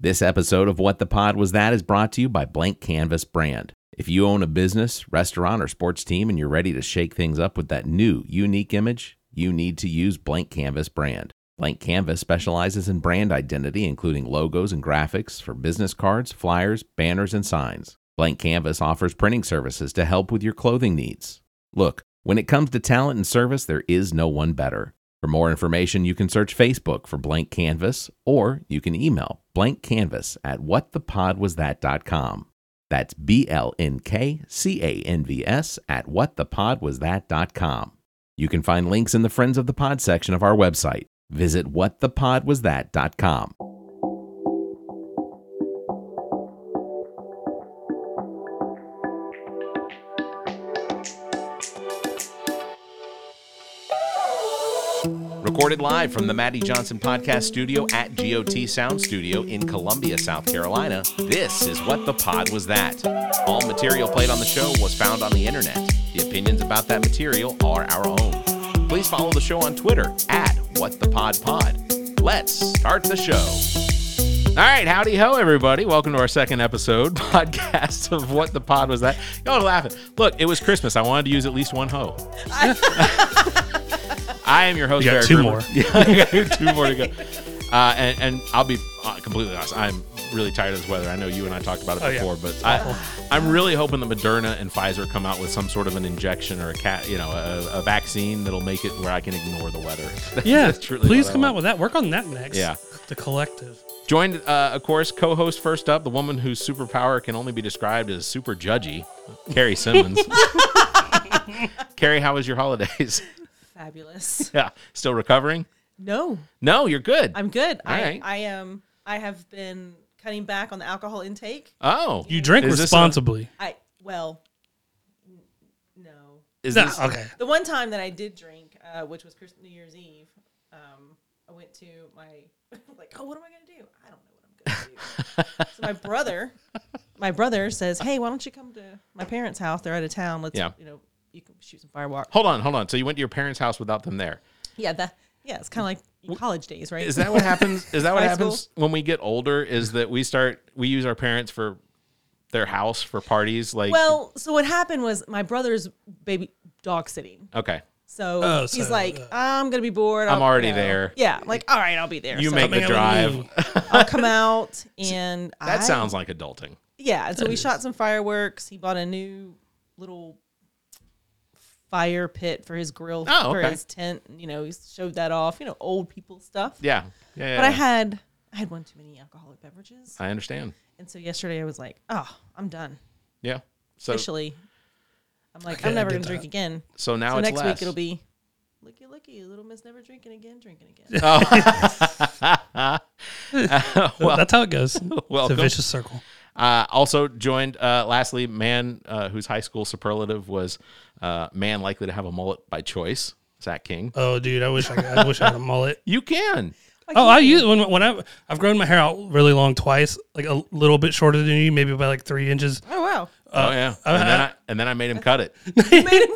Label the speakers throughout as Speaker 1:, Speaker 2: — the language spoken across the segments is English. Speaker 1: This episode of What the Pod Was That is brought to you by Blank Canvas Brand. If you own a business, restaurant, or sports team and you're ready to shake things up with that new, unique image, you need to use Blank Canvas Brand. Blank Canvas specializes in brand identity, including logos and graphics for business cards, flyers, banners, and signs. Blank Canvas offers printing services to help with your clothing needs. Look, when it comes to talent and service, there is no one better. For more information, you can search Facebook for Blank Canvas or you can email blankcanvas at whatthepodwasthat.com. That's B L N K C A N V S at whatthepodwasthat.com. You can find links in the Friends of the Pod section of our website. Visit whatthepodwasthat.com. Recorded live from the Maddie Johnson Podcast Studio at GOT Sound Studio in Columbia, South Carolina, this is What the Pod Was That. All material played on the show was found on the internet. The opinions about that material are our own. Please follow the show on Twitter at What the Pod Pod. Let's start the show. All right, howdy ho, everybody. Welcome to our second episode podcast of What the Pod Was That. Y'all are laughing. Look, it was Christmas. I wanted to use at least one ho. I am your host,
Speaker 2: You got
Speaker 1: Barry
Speaker 2: two
Speaker 1: Gruber.
Speaker 2: more.
Speaker 1: Yeah, I got two more to go. Uh, and, and I'll be uh, completely honest. I'm really tired of this weather. I know you and I talked about it
Speaker 2: Oh, yeah. Oh.
Speaker 1: before, but I, I'm really hoping that Moderna and Pfizer come out with some sort of an injection or a cat, you know, a, a vaccine that'll make it where I can ignore the weather.
Speaker 2: Yeah,
Speaker 1: That's truly
Speaker 2: please
Speaker 1: what I
Speaker 2: come
Speaker 1: want.
Speaker 2: out with that. Work on that next.
Speaker 1: Yeah.
Speaker 2: the collective.
Speaker 1: Joined, uh, of course, co host first up, the woman whose superpower can only be described as super judgy, Carrie Simmons. Carrie, how was your holidays?
Speaker 3: Fabulous.
Speaker 1: yeah. Still recovering?
Speaker 3: No,
Speaker 1: No, you're good.
Speaker 3: I'm good. I,
Speaker 1: Alright.
Speaker 3: I am. I have been cutting back on the alcohol intake.
Speaker 1: oh.
Speaker 2: You drink
Speaker 1: Is this a-
Speaker 2: responsibly.
Speaker 3: I well, n- no.
Speaker 1: Is
Speaker 2: Nah,
Speaker 1: this,
Speaker 2: okay.
Speaker 3: The one time that I did drink, uh, which was Christ- New Year's Eve, um, I went to my like, oh, what am I gonna do? I don't know what I'm gonna do. so my brother, my brother says, hey, why don't you come to my parents' house? They're out of town. Let's
Speaker 1: Yeah.
Speaker 3: you know you can shoot some fireworks.
Speaker 1: Hold on, hold on. So you went to your parents' house without them there.
Speaker 3: Yeah, that yeah, it's kind of like college days, right?
Speaker 1: Is that what happens? Is that what
Speaker 3: High
Speaker 1: happens when we get older? Is that we start we use our parents for their house for parties? Like
Speaker 3: Well, so what happened was my brother's baby dog sitting.
Speaker 1: okay,
Speaker 3: So
Speaker 2: Oh,
Speaker 3: he's
Speaker 2: so,
Speaker 3: like,
Speaker 2: uh,
Speaker 3: I'm gonna be bored.
Speaker 1: I'm
Speaker 3: I'll-
Speaker 1: already
Speaker 3: you know."
Speaker 1: there.
Speaker 3: Yeah, I'm like all right, I'll be there.
Speaker 1: you
Speaker 3: so
Speaker 1: make the
Speaker 2: Coming out
Speaker 1: drive.
Speaker 2: of
Speaker 3: I'll come out and
Speaker 1: That
Speaker 3: I,
Speaker 1: sounds like adulting.
Speaker 3: yeah. And so we shot some fireworks. He bought a new little fire pit for his grill
Speaker 1: Oh,
Speaker 3: for
Speaker 1: okay.
Speaker 3: his tent. You know, he showed that off. You know, old people stuff.
Speaker 1: Yeah, yeah. yeah
Speaker 3: But I
Speaker 1: yeah.
Speaker 3: had I had one too many alcoholic beverages,
Speaker 1: I understand.
Speaker 3: and so yesterday I was like, oh, I'm done
Speaker 1: Yeah. So
Speaker 3: officially. I'm like,
Speaker 2: Okay, I
Speaker 3: I'm never
Speaker 2: get
Speaker 3: gonna drink
Speaker 2: that.
Speaker 3: again.
Speaker 1: so now
Speaker 3: so
Speaker 1: it's
Speaker 3: next
Speaker 1: less.
Speaker 3: week it'll be looky looky little miss never drinking again drinking again
Speaker 2: That's how it goes. it's a
Speaker 1: welcome.
Speaker 2: vicious circle.
Speaker 1: Uh, also joined, uh, lastly, man uh, whose high school superlative was uh, man likely to have a mullet by choice, Zach King.
Speaker 2: Oh, dude, I wish I, could- I wish I had a mullet.
Speaker 1: You can.
Speaker 2: Oh, I use when when I I've grown my hair out really long twice, like a little bit shorter than you, maybe by like three inches.
Speaker 3: oh wow
Speaker 2: uh,
Speaker 1: oh yeah. and, then I, and then I made him cut it.
Speaker 3: you made him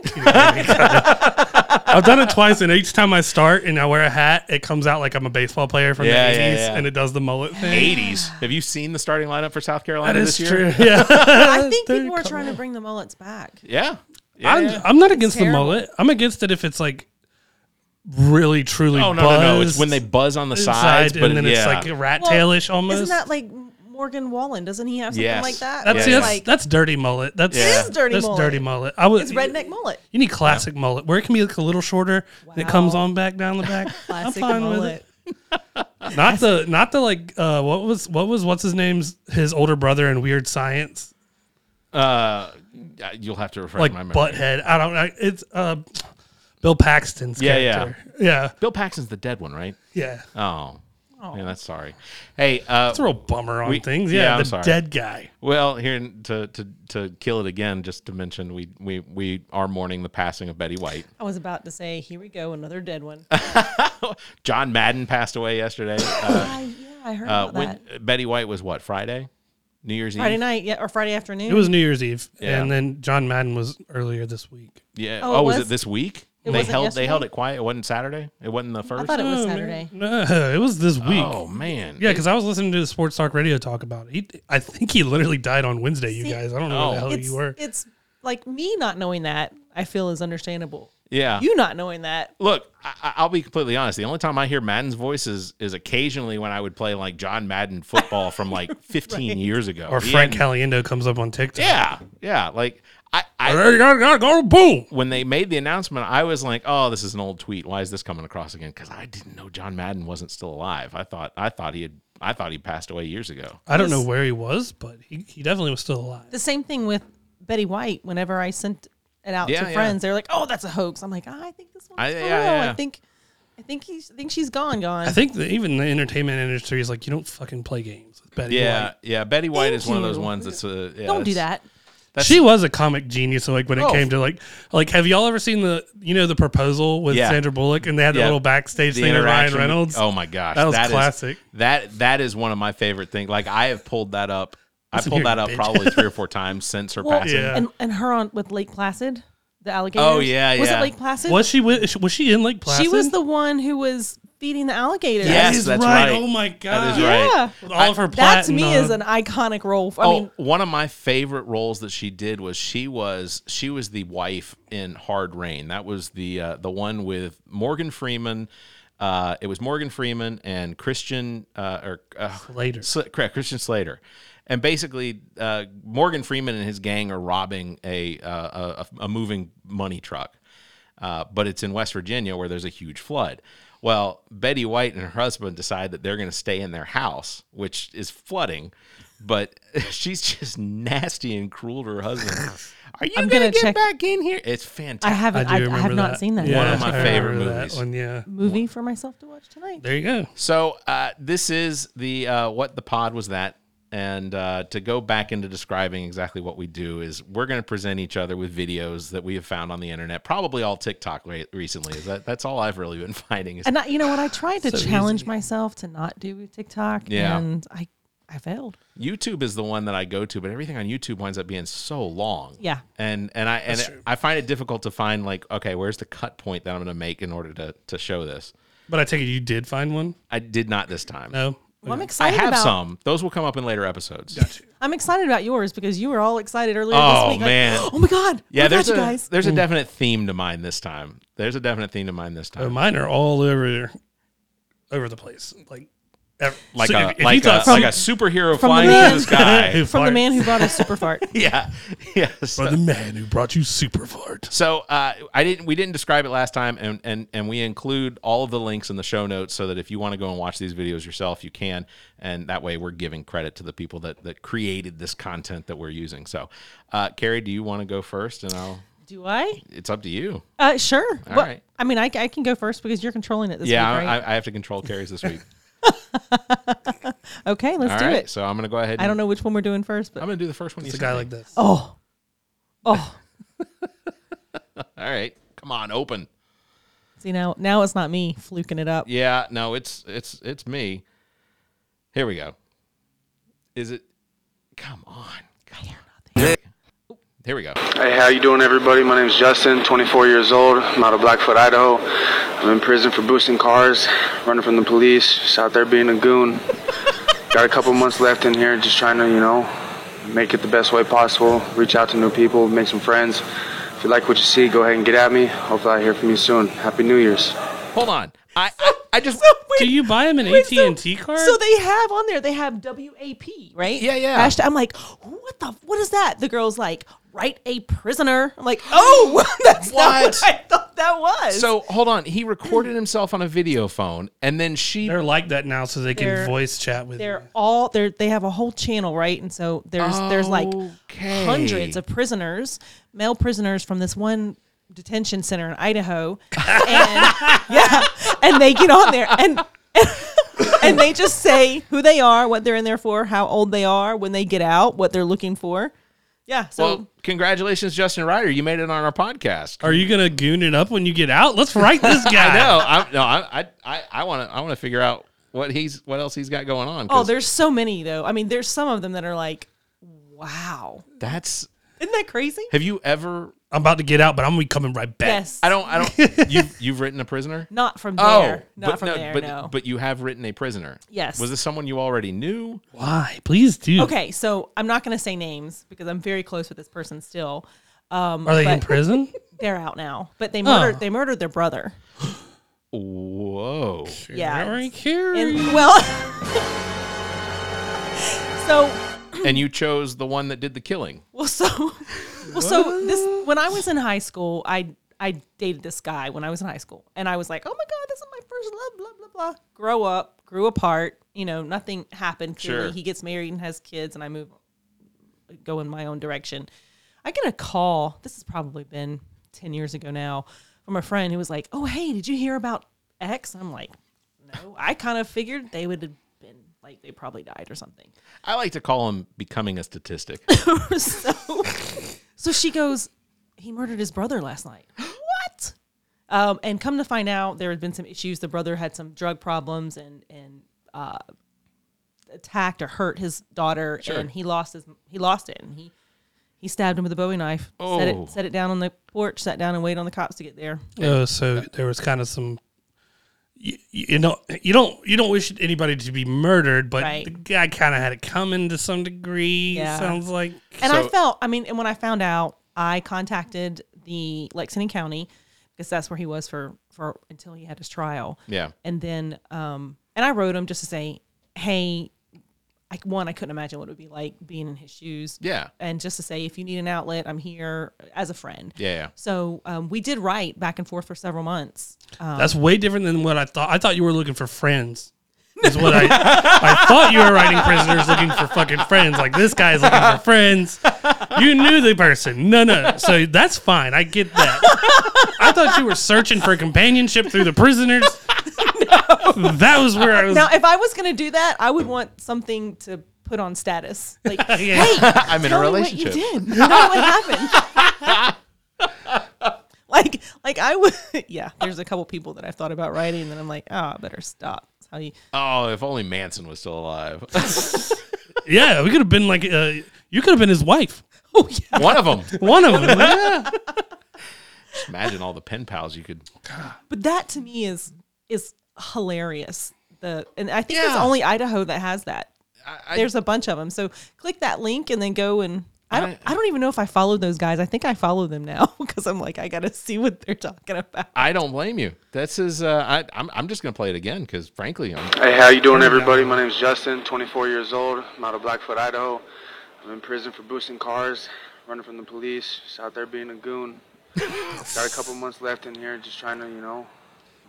Speaker 2: I've done it twice, and each time I start and I wear a hat, it comes out like I'm a baseball player from
Speaker 1: Yeah,
Speaker 2: the 80s,
Speaker 1: yeah, yeah.
Speaker 2: and it does the mullet thing.
Speaker 1: 80s. Have you seen the starting lineup for South Carolina
Speaker 2: That is
Speaker 1: this year?
Speaker 2: true. Yeah,
Speaker 3: i think
Speaker 2: They're
Speaker 3: people are
Speaker 2: coming.
Speaker 3: trying to bring the mullets back
Speaker 1: Yeah. Yeah.
Speaker 2: I'm,
Speaker 1: yeah.
Speaker 2: I'm not against the
Speaker 3: terrible.
Speaker 2: mullet. I'm against it if it's like really truly.
Speaker 1: oh no, no, no! It's
Speaker 2: buzzed
Speaker 1: when they buzz on the
Speaker 2: inside,
Speaker 1: sides, but
Speaker 2: and then
Speaker 1: yeah.
Speaker 2: it's like a rat
Speaker 3: Well,
Speaker 2: tailish almost.
Speaker 3: isn't that like morgan wallen doesn't he have something
Speaker 1: Yes.
Speaker 3: like that
Speaker 2: That's
Speaker 1: Yeah,
Speaker 2: see,
Speaker 1: yeah.
Speaker 2: that's,
Speaker 3: like
Speaker 2: that's dirty mullet. That's
Speaker 1: It is
Speaker 3: dirty
Speaker 2: That's
Speaker 3: mullet.
Speaker 2: dirty mullet. I would.
Speaker 3: it's redneck mullet
Speaker 2: You need classic mullet where it can be like a little shorter and it comes
Speaker 3: Wow.
Speaker 2: on back down the back. I'm
Speaker 3: Classic
Speaker 2: fine with it. Not the not the like uh, what was what was what's his name's his older brother in Weird Science
Speaker 1: uh, you'll have to refresh
Speaker 2: like
Speaker 1: my memory.
Speaker 2: butthead. I don't know. It's uh, Bill Paxton's
Speaker 1: Yeah, yeah.
Speaker 2: character. Yeah,
Speaker 1: Bill Paxton's the dead one, right?
Speaker 2: yeah,
Speaker 1: Oh, man, that's sorry. Hey, uh,
Speaker 2: It's a real bummer on
Speaker 1: We-
Speaker 2: things.
Speaker 1: yeah,
Speaker 2: Yeah,
Speaker 1: I'm
Speaker 2: the
Speaker 1: sorry.
Speaker 2: dead guy.
Speaker 1: Well, here to, to to kill it again, just to mention, we we we are mourning the passing of Betty White.
Speaker 3: i was about to say here we go another dead one Ah,
Speaker 1: John Madden passed away yesterday. Uh,
Speaker 3: I, yeah i
Speaker 1: uh,
Speaker 3: heard about
Speaker 1: when
Speaker 3: that
Speaker 1: Betty White was what Friday, New Year's
Speaker 3: friday
Speaker 1: Eve.
Speaker 3: night yeah or friday afternoon
Speaker 2: It was New Year's Eve,
Speaker 1: Yeah.
Speaker 2: and then John Madden was earlier this week.
Speaker 1: Yeah.
Speaker 3: Oh, it
Speaker 1: Oh, was
Speaker 3: was?
Speaker 1: it this week?
Speaker 3: It
Speaker 1: they
Speaker 3: wasn't
Speaker 1: held
Speaker 3: yesterday?
Speaker 1: they held it quiet. It wasn't Saturday. It wasn't the first.
Speaker 3: thought it was
Speaker 2: No, Oh, man.
Speaker 3: Saturday.
Speaker 2: No, it was this week.
Speaker 1: Oh man.
Speaker 2: Yeah, because I was listening to the sports talk radio talk about it. He, I think he literally died on Wednesday. You
Speaker 3: See,
Speaker 2: guys, I don't know where the
Speaker 1: Oh.
Speaker 2: hell
Speaker 3: it's
Speaker 2: you were.
Speaker 3: it's like me not knowing that I feel is understandable.
Speaker 1: yeah.
Speaker 3: You not knowing that.
Speaker 1: Look, I- I, I'll be completely honest. The only time I hear Madden's voice is, is occasionally when I would play like John Madden football from like 15 years ago.
Speaker 2: Or
Speaker 1: He
Speaker 2: Frank
Speaker 1: hadn't-
Speaker 2: Caliendo comes up on TikTok.
Speaker 1: Yeah, yeah. Like I, I
Speaker 2: There you gotta, gotta go boom.
Speaker 1: when they made the announcement, I was like, "Oh, this is an old tweet. Why is this coming across again?" Because I didn't know John Madden wasn't still alive. I thought I thought he had I thought he passed away years ago.
Speaker 2: I don't
Speaker 3: This-
Speaker 2: know where he was, but he, he definitely was still alive.
Speaker 3: The same thing with Betty White. Whenever I sent it out
Speaker 1: Yeah,
Speaker 3: to
Speaker 1: yeah.
Speaker 3: friends, they're like, "Oh, that's a hoax." I'm like, ah, "I think this one's
Speaker 1: I-
Speaker 3: for
Speaker 1: yeah,
Speaker 3: real.
Speaker 1: yeah.
Speaker 3: I think, I think he's, I think she's gone, gone."
Speaker 2: I think that even the entertainment industry is like, you don't fucking play games with Betty
Speaker 1: Yeah,
Speaker 2: White.
Speaker 1: yeah. Betty White
Speaker 3: Thank
Speaker 1: is one of those
Speaker 3: you.
Speaker 1: ones that's uh, yeah,
Speaker 3: Don't do
Speaker 1: that's-
Speaker 3: that.
Speaker 2: she was a comic genius. So like when it
Speaker 1: Oh.
Speaker 2: came to like, like have y'all ever seen the you know the proposal with
Speaker 1: Yeah.
Speaker 2: Sandra Bullock and they had the
Speaker 1: Yeah.
Speaker 2: little backstage
Speaker 1: The
Speaker 2: thing of Ryan
Speaker 1: interaction.
Speaker 2: Reynolds?
Speaker 1: Oh my gosh,
Speaker 2: That was
Speaker 1: is-
Speaker 2: classic.
Speaker 1: that that is one of my favorite things. Like I have pulled that up. I
Speaker 2: Listen
Speaker 1: pulled
Speaker 2: here,
Speaker 1: that up
Speaker 2: bitch.
Speaker 1: probably three or four times since her
Speaker 3: Well,
Speaker 1: passing.
Speaker 2: Yeah.
Speaker 3: and and her on with Lake Placid, the alligators.
Speaker 1: Oh, yeah,
Speaker 3: Was
Speaker 1: yeah.
Speaker 3: it Lake Placid?
Speaker 2: Was she with, was she in Lake Placid?
Speaker 3: She was the one who was feeding the alligators.
Speaker 1: Yeah. Yes,
Speaker 2: That is
Speaker 1: that's right.
Speaker 2: Oh my god,
Speaker 1: is right.
Speaker 3: Yeah.
Speaker 2: With all of her
Speaker 3: That to
Speaker 2: platinum.
Speaker 3: me is an iconic role. I
Speaker 1: Oh,
Speaker 3: mean,
Speaker 1: one of my favorite roles that she did was she was she was the wife in Hard Rain. That was the uh, the one with Morgan Freeman. Uh, it was Morgan Freeman and Christian uh, or uh,
Speaker 2: later.
Speaker 1: Sl- correct, Christian Slater. And basically, uh, Morgan Freeman and his gang are robbing a uh, a, a moving money truck, uh, but it's in West Virginia where there's a huge flood. Well, Betty White and her husband decide that they're going to stay in their house, which is flooding. But she's just nasty and cruel to her husband. Are you
Speaker 3: I'm
Speaker 1: going to
Speaker 3: gonna
Speaker 1: get
Speaker 3: check-
Speaker 1: back in here? It's
Speaker 3: I
Speaker 1: fantastic.
Speaker 3: haven't. I, I,
Speaker 2: remember
Speaker 3: have not seen that
Speaker 1: One of
Speaker 2: Yeah,
Speaker 1: my
Speaker 2: I
Speaker 1: favorite
Speaker 2: remember that
Speaker 1: movies.
Speaker 2: one, yeah.
Speaker 3: movie for myself to watch tonight.
Speaker 2: There you go.
Speaker 1: So uh, this is the uh, what the pod was that, and uh, to go back into describing exactly what we do is we're going to present each other with videos that we have found on the internet, probably all TikTok re- recently. Is that that's all I've really been finding. Is,
Speaker 3: And I, you know what? I tried to
Speaker 2: So
Speaker 3: challenge
Speaker 2: easy.
Speaker 3: myself to not do TikTok,
Speaker 1: Yeah.
Speaker 3: and I, I failed.
Speaker 1: YouTube is the one that I go to, but everything on YouTube winds up being so long.
Speaker 3: Yeah.
Speaker 1: and and I and it, I find it difficult to find like okay, where's the cut point that I'm going to make in order to to show this.
Speaker 2: But I take it you did find one?
Speaker 1: I did not this time.
Speaker 2: No.
Speaker 3: Well, I'm
Speaker 1: I
Speaker 3: excited
Speaker 1: have
Speaker 3: about.
Speaker 1: some. Those will come up in later episodes.
Speaker 3: I'm excited about yours because you were all excited earlier
Speaker 1: Oh,
Speaker 3: this week. like,
Speaker 1: man.
Speaker 3: oh my god!
Speaker 1: Yeah,
Speaker 3: What about
Speaker 1: there's a
Speaker 3: you guys.
Speaker 1: there's
Speaker 2: Mm.
Speaker 1: a definite theme to mine this time. There's a definite theme to mine this
Speaker 2: Uh,
Speaker 1: time.
Speaker 2: mine are all over over the place. Like ev-
Speaker 1: Like
Speaker 2: so
Speaker 1: a
Speaker 2: if- if you
Speaker 1: like a
Speaker 2: thought
Speaker 1: like a
Speaker 2: some-
Speaker 1: superhero
Speaker 3: from the
Speaker 1: flying
Speaker 3: man-
Speaker 1: through the sky.
Speaker 2: Who
Speaker 3: From the
Speaker 2: farts.
Speaker 3: man who brought us super fart.
Speaker 1: yeah, yeah.
Speaker 2: by
Speaker 1: So,
Speaker 2: the man who brought you super fart.
Speaker 1: so, uh, I didn't we didn't describe it last time, and and and we include all of the links in the show notes so that if you want to go and watch these videos yourself, you can, and that way we're giving credit to the people that that created this content that we're using. So, uh, Carrie, do you want to go first? And I'll.
Speaker 3: Do I?
Speaker 1: It's up to you.
Speaker 3: Uh, sure.
Speaker 1: All
Speaker 3: Well,
Speaker 1: right.
Speaker 3: I mean, I, I can go first because you're controlling it this
Speaker 1: yeah, I,
Speaker 3: week, right?
Speaker 1: I I have to control Carrie's this week.
Speaker 3: okay, let's
Speaker 1: All
Speaker 3: do
Speaker 1: right,
Speaker 3: it.
Speaker 1: so I'm gonna go ahead. And,
Speaker 3: I don't know which one we're doing first, but
Speaker 1: I'm gonna do the first one.
Speaker 2: It's
Speaker 1: you
Speaker 2: a guy
Speaker 1: sent me.
Speaker 2: like this.
Speaker 3: oh, oh.
Speaker 1: All right, come on, open.
Speaker 3: See now, now it's not me fluking it up.
Speaker 1: Yeah, no, it's it's it's me. Here we go. Is it? Come on. Come on. Here, we- here we go.
Speaker 4: Hey, how you doing, everybody? My name's Justin, 24 years old. I'm out of Blackfoot, Idaho. I'm in prison for boosting cars, running from the police, just out there being a goon. Got a couple months left in here, just trying to, you know, make it the best way possible. Reach out to new people, make some friends. If you like what you see, go ahead and get at me. Hopefully, I hear from you soon. Happy New Year's.
Speaker 1: Hold on. I I, I just.
Speaker 2: Do you buy him an
Speaker 3: Wait, so-
Speaker 2: AT&T card?
Speaker 3: So they have on there, they have WAP, right?
Speaker 1: Yeah, yeah.
Speaker 3: Hashtag- I'm like, what the, what is that? The girl's like, write a prisoner. I'm like, oh, that's not
Speaker 1: What?
Speaker 3: what I thought that was.
Speaker 1: So hold on. He recorded himself on a video phone, and then she.
Speaker 2: are like that now so they can
Speaker 3: They're-
Speaker 2: voice chat with you.
Speaker 3: they're all they are they have a whole channel right and so there's there's like
Speaker 1: Okay.
Speaker 3: hundreds of prisoners male prisoners from this one detention center in idaho and yeah and they get on there and and they just say who they are what they're in there for how old they are when they get out what they're looking for yeah so
Speaker 1: Well, congratulations, Justin Ryder. You made it on our podcast.
Speaker 2: Are you going to goon it up when you get out? Let's write this
Speaker 1: I
Speaker 2: guy
Speaker 1: know.
Speaker 2: out.
Speaker 1: I'm, no, I I I want to I want to figure out what he's what else he's got going on.
Speaker 3: oh
Speaker 1: 'cause
Speaker 3: there's so many though i mean there's some of them that are like wow
Speaker 1: that's
Speaker 3: isn't that crazy
Speaker 1: Have you ever
Speaker 2: I'm about to get out, but I'm gonna be coming right back.
Speaker 3: Yes.
Speaker 1: I don't. I don't. you've you've written a prisoner.
Speaker 3: Not from there. Not
Speaker 1: Oh, but
Speaker 3: from there.
Speaker 1: But
Speaker 3: no.
Speaker 1: but you have written a prisoner.
Speaker 3: Yes.
Speaker 1: Was this someone you already knew?
Speaker 2: Why? Please do.
Speaker 3: okay, so I'm not going to say names because I'm very close with this person still. Um,
Speaker 2: Are they
Speaker 3: but
Speaker 2: in prison?
Speaker 3: They're out now, but they
Speaker 2: Oh.
Speaker 3: murdered. They murdered their brother.
Speaker 1: Whoa.
Speaker 3: Yeah.
Speaker 2: Right here.
Speaker 3: And, well, so
Speaker 1: and you chose the one that did the killing.
Speaker 3: Well, so, well, so this when I was in high school, I I dated this guy when I was in high school, and I was like, oh my god, this is my first love, blah blah blah. Grow up, grew apart. You know, nothing happened. Clearly,
Speaker 1: Sure.
Speaker 3: he gets married and has kids, and I move, go in my own direction. I get a call. This has probably been ten years ago now, from a friend who was like, oh hey, did you hear about X? I'm like, no. I kind of figured they would have been like they probably died or something.
Speaker 1: I like to call him becoming a statistic.
Speaker 3: so, so she goes, he murdered his brother last night. What? Um, and come to find out, there had been some issues. The brother had some drug problems and and uh, attacked or hurt his daughter, and he lost his he lost it, and he he stabbed him with a Bowie knife. Set
Speaker 1: Oh.
Speaker 3: it set it down on the porch, sat down and waited on the cops to get there.
Speaker 2: Oh, so there was kind of some. You, you know, you don't you don't wish anybody to be murdered, but
Speaker 3: Right.
Speaker 2: the guy kind of had it coming to some degree.
Speaker 3: Yeah.
Speaker 2: Sounds like
Speaker 3: And I
Speaker 1: So-
Speaker 3: felt, I mean, and when I found out, I contacted the Lexington County because that's where he was for for until he had his trial.
Speaker 1: Yeah.
Speaker 3: And then, um, and I wrote him just to say, hey, I, one, I couldn't imagine what it would be like being in his shoes.
Speaker 1: Yeah.
Speaker 3: And just to say, if you need an outlet, I'm here as a friend.
Speaker 1: Yeah, yeah.
Speaker 3: So um, we did write back and forth for several months. Um,
Speaker 2: that's way different than what I thought. I thought you were looking for friends. Is what I I thought you were writing prisoners looking for fucking friends. Like this guy's looking for friends. You knew the person. No, no. So that's fine. I get that. I thought you were searching for companionship through the prisoners. That was where I was.
Speaker 3: now, if I was going to do that, I would want something to put on status. Like,
Speaker 2: Yeah.
Speaker 1: I'm in a
Speaker 3: tell me
Speaker 1: relationship.
Speaker 3: What you did. Tell me what happened. like, like I would. Yeah, there's a couple people that I've thought about writing, and then I'm like, oh, I better stop. That's how you.
Speaker 1: Oh, if only Manson was still alive.
Speaker 2: Yeah, we could have been like, uh, you could have been his wife.
Speaker 3: Oh yeah.
Speaker 1: One of them.
Speaker 2: One of them. yeah.
Speaker 1: Imagine all the pen pals you could.
Speaker 3: But that to me is is hilarious. The and I think it's
Speaker 1: Yeah.
Speaker 3: only Idaho that has that.
Speaker 1: I, I,
Speaker 3: There's a bunch of them. So click that link and then go and. I don't,
Speaker 1: I-
Speaker 3: I don't even know if I followed those guys. I think I follow them now because I'm like, I got to see what they're talking about.
Speaker 1: I don't blame you. That's his. Uh, I, I'm, I'm just gonna play it again because frankly, I'm,
Speaker 4: Hey, how you doing, everybody? My name's Justin, 24 years old. I'm out of Blackfoot, Idaho. I'm in prison for boosting cars, running from the police. Just out there being a goon. Got a couple months left in here, just trying to, you know,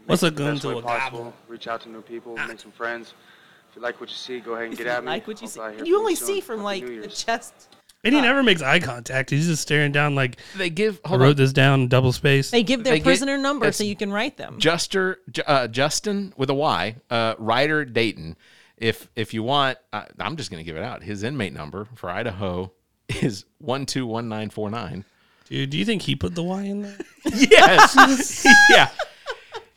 Speaker 2: What's a
Speaker 4: the
Speaker 2: gun
Speaker 4: best way
Speaker 2: to a
Speaker 4: possible.
Speaker 2: goblin?
Speaker 4: Reach out to new people, make some friends. If you like what you see, go ahead and get at me.
Speaker 3: like what Ah. you see.
Speaker 4: Hopefully I hear
Speaker 3: You
Speaker 4: from
Speaker 3: only
Speaker 4: soon.
Speaker 3: see from
Speaker 4: Happy
Speaker 3: like
Speaker 4: New
Speaker 3: the
Speaker 4: Year's.
Speaker 3: chest
Speaker 2: And he never makes eye contact. He's just staring down like,
Speaker 1: they give.
Speaker 2: I
Speaker 1: Hold on.
Speaker 2: wrote this down double space.
Speaker 3: They give their
Speaker 1: They get-
Speaker 3: prisoner number so
Speaker 1: that's-
Speaker 3: you can write them.
Speaker 1: Juster, Ju- uh, Justin with a Y, uh, Ryder Dayton. If if you want, I, I'm just gonna give it out. His inmate number for Idaho is one two one nine four nine.
Speaker 2: Dude, do you think he put the Y in there?
Speaker 1: Yes, yeah,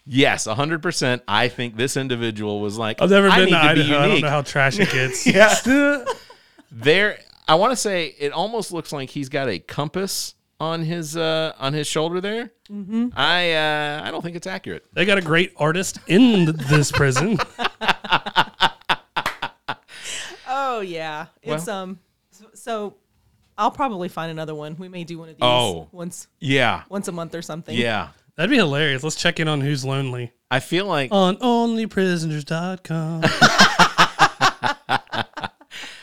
Speaker 1: yes, hundred percent. I think this individual was like,
Speaker 2: I've never
Speaker 1: "I
Speaker 2: been
Speaker 1: need
Speaker 2: to Idaho.
Speaker 1: be
Speaker 2: I don't
Speaker 1: unique."
Speaker 2: know how trash it gets.
Speaker 1: yeah. there I want to say it almost looks like he's got a compass on his uh on his shoulder there. Mm-hmm. I uh I don't think it's accurate.
Speaker 2: They got a great artist in th- this prison.
Speaker 3: Oh yeah, it's um. So, so I'll probably find another one. We may do one of these
Speaker 1: Oh.
Speaker 3: once
Speaker 1: Yeah.
Speaker 3: once a month or something.
Speaker 1: Yeah.
Speaker 2: That'd be hilarious. Let's check in on who's lonely.
Speaker 1: I feel like
Speaker 2: On onlyprisoners.com.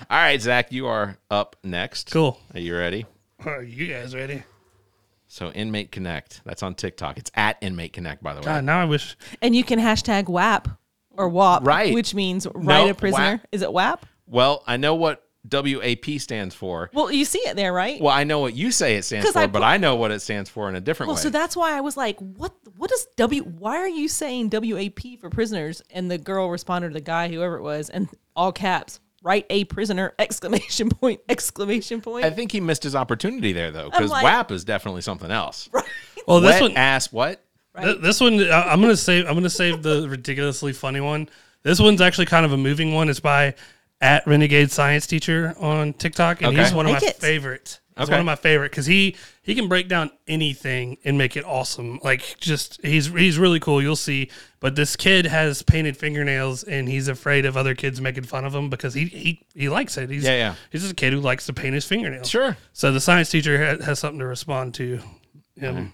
Speaker 1: all right, Zach, you are up next.
Speaker 2: Cool.
Speaker 1: Are you ready?
Speaker 2: Are you guys ready?
Speaker 1: So inmate connect. That's on TikTok. It's at inmate connect, by the way.
Speaker 2: God, Uh, now I wish.
Speaker 3: And you can hashtag WAP or WAP,
Speaker 1: Right.
Speaker 3: Which means write a
Speaker 1: WAP.
Speaker 3: prisoner. Is it WAP?
Speaker 1: Well, I know what WAP stands for.
Speaker 3: Well, you see it there, right?
Speaker 1: Well, I know what you say it stands
Speaker 3: 'Cause
Speaker 1: for,
Speaker 3: I
Speaker 1: but
Speaker 3: put-
Speaker 1: I know what it stands for in a different
Speaker 3: Well,
Speaker 1: way.
Speaker 3: so that's why I was like, what? What is W? Why are you saying WAP for prisoners? And the girl responded to the guy, whoever it was, and all caps. Write a prisoner! Exclamation point! Exclamation point!
Speaker 1: I think he missed his opportunity there though,
Speaker 3: I'm
Speaker 1: because
Speaker 3: like-
Speaker 1: WAP is definitely something else.
Speaker 2: Well, this
Speaker 1: Wet
Speaker 2: one.
Speaker 1: ass what?
Speaker 2: Th- this one, I- I'm gonna save. I'm gonna save the ridiculously funny one. This one's actually kind of a moving one. It's by at renegade science teacher on TikTok, and
Speaker 1: Okay.
Speaker 2: he's one of
Speaker 3: Like
Speaker 2: my
Speaker 3: it.
Speaker 2: favorite. It's
Speaker 1: Okay.
Speaker 2: one of my favorite because he he can break down anything and make it awesome. Like just he's he's really cool. You'll see. But this kid has painted fingernails and he's afraid of other kids making fun of him because he he, he likes it. He's
Speaker 1: Yeah, yeah.
Speaker 2: He's just a kid who likes to paint his fingernails.
Speaker 1: Sure.
Speaker 2: So the science teacher ha- has something to respond to. Him.
Speaker 1: Mm-hmm.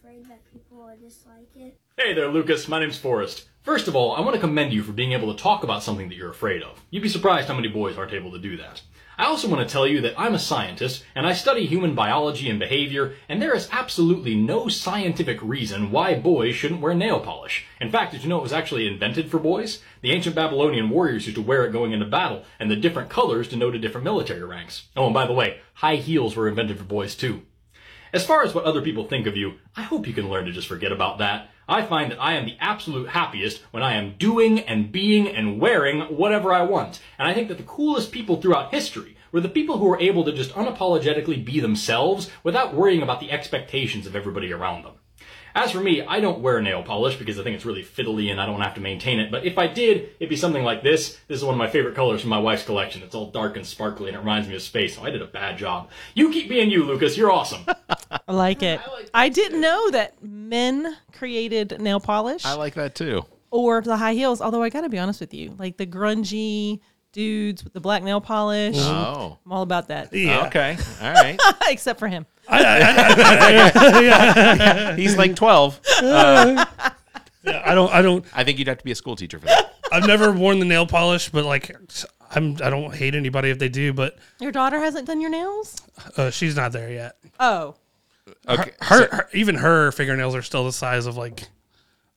Speaker 5: afraid that people will dislike it.
Speaker 6: Hey there, Lucas. My name's Forrest. First of all, I want to commend you for being able to talk about something that you're afraid of. You'd be surprised how many boys aren't able to do that. I also want to tell you that I'm a scientist, and I study human biology and behavior, and there is absolutely no scientific reason why boys shouldn't wear nail polish. In fact, did you know it was actually invented for boys? The ancient Babylonian warriors used to wear it going into battle, and the different colors denoted different military ranks. Oh, and by the way, high heels were invented for boys too. As far as what other people think of you, I hope you can learn to just forget about that. I find that I am the absolute happiest when I am doing and being and wearing whatever I want. And I think that the coolest people throughout history were the people who were able to just unapologetically be themselves without worrying about the expectations of everybody around them. As for me, I don't wear nail polish because I think it's really fiddly and I don't have to maintain it. But if I did, it'd be something like this. This is one of my favorite colors from my wife's collection. It's all dark and sparkly and it reminds me of space, so I did a bad job. You keep being you, Lucas. You're awesome.
Speaker 3: I like it. I, didn't know that men created nail polish
Speaker 1: I like that too.
Speaker 3: or the high heels. Although I got to be honest with you, like the grungy dudes with the black nail polish.
Speaker 1: Oh.
Speaker 3: I'm all about that,
Speaker 2: Mm. Yeah.
Speaker 1: Okay. All right.
Speaker 3: except for him.
Speaker 1: He's like 12.
Speaker 2: Yeah, I don't I don't
Speaker 1: I think you'd have to be a school teacher for that.
Speaker 2: I've never worn the nail polish, but like I'm I don't hate anybody if they do, but
Speaker 3: Your daughter hasn't done your nails.
Speaker 2: uh, she's not there yet.
Speaker 3: Oh,
Speaker 1: Okay.
Speaker 2: Her, her even her fingernails are still the size of like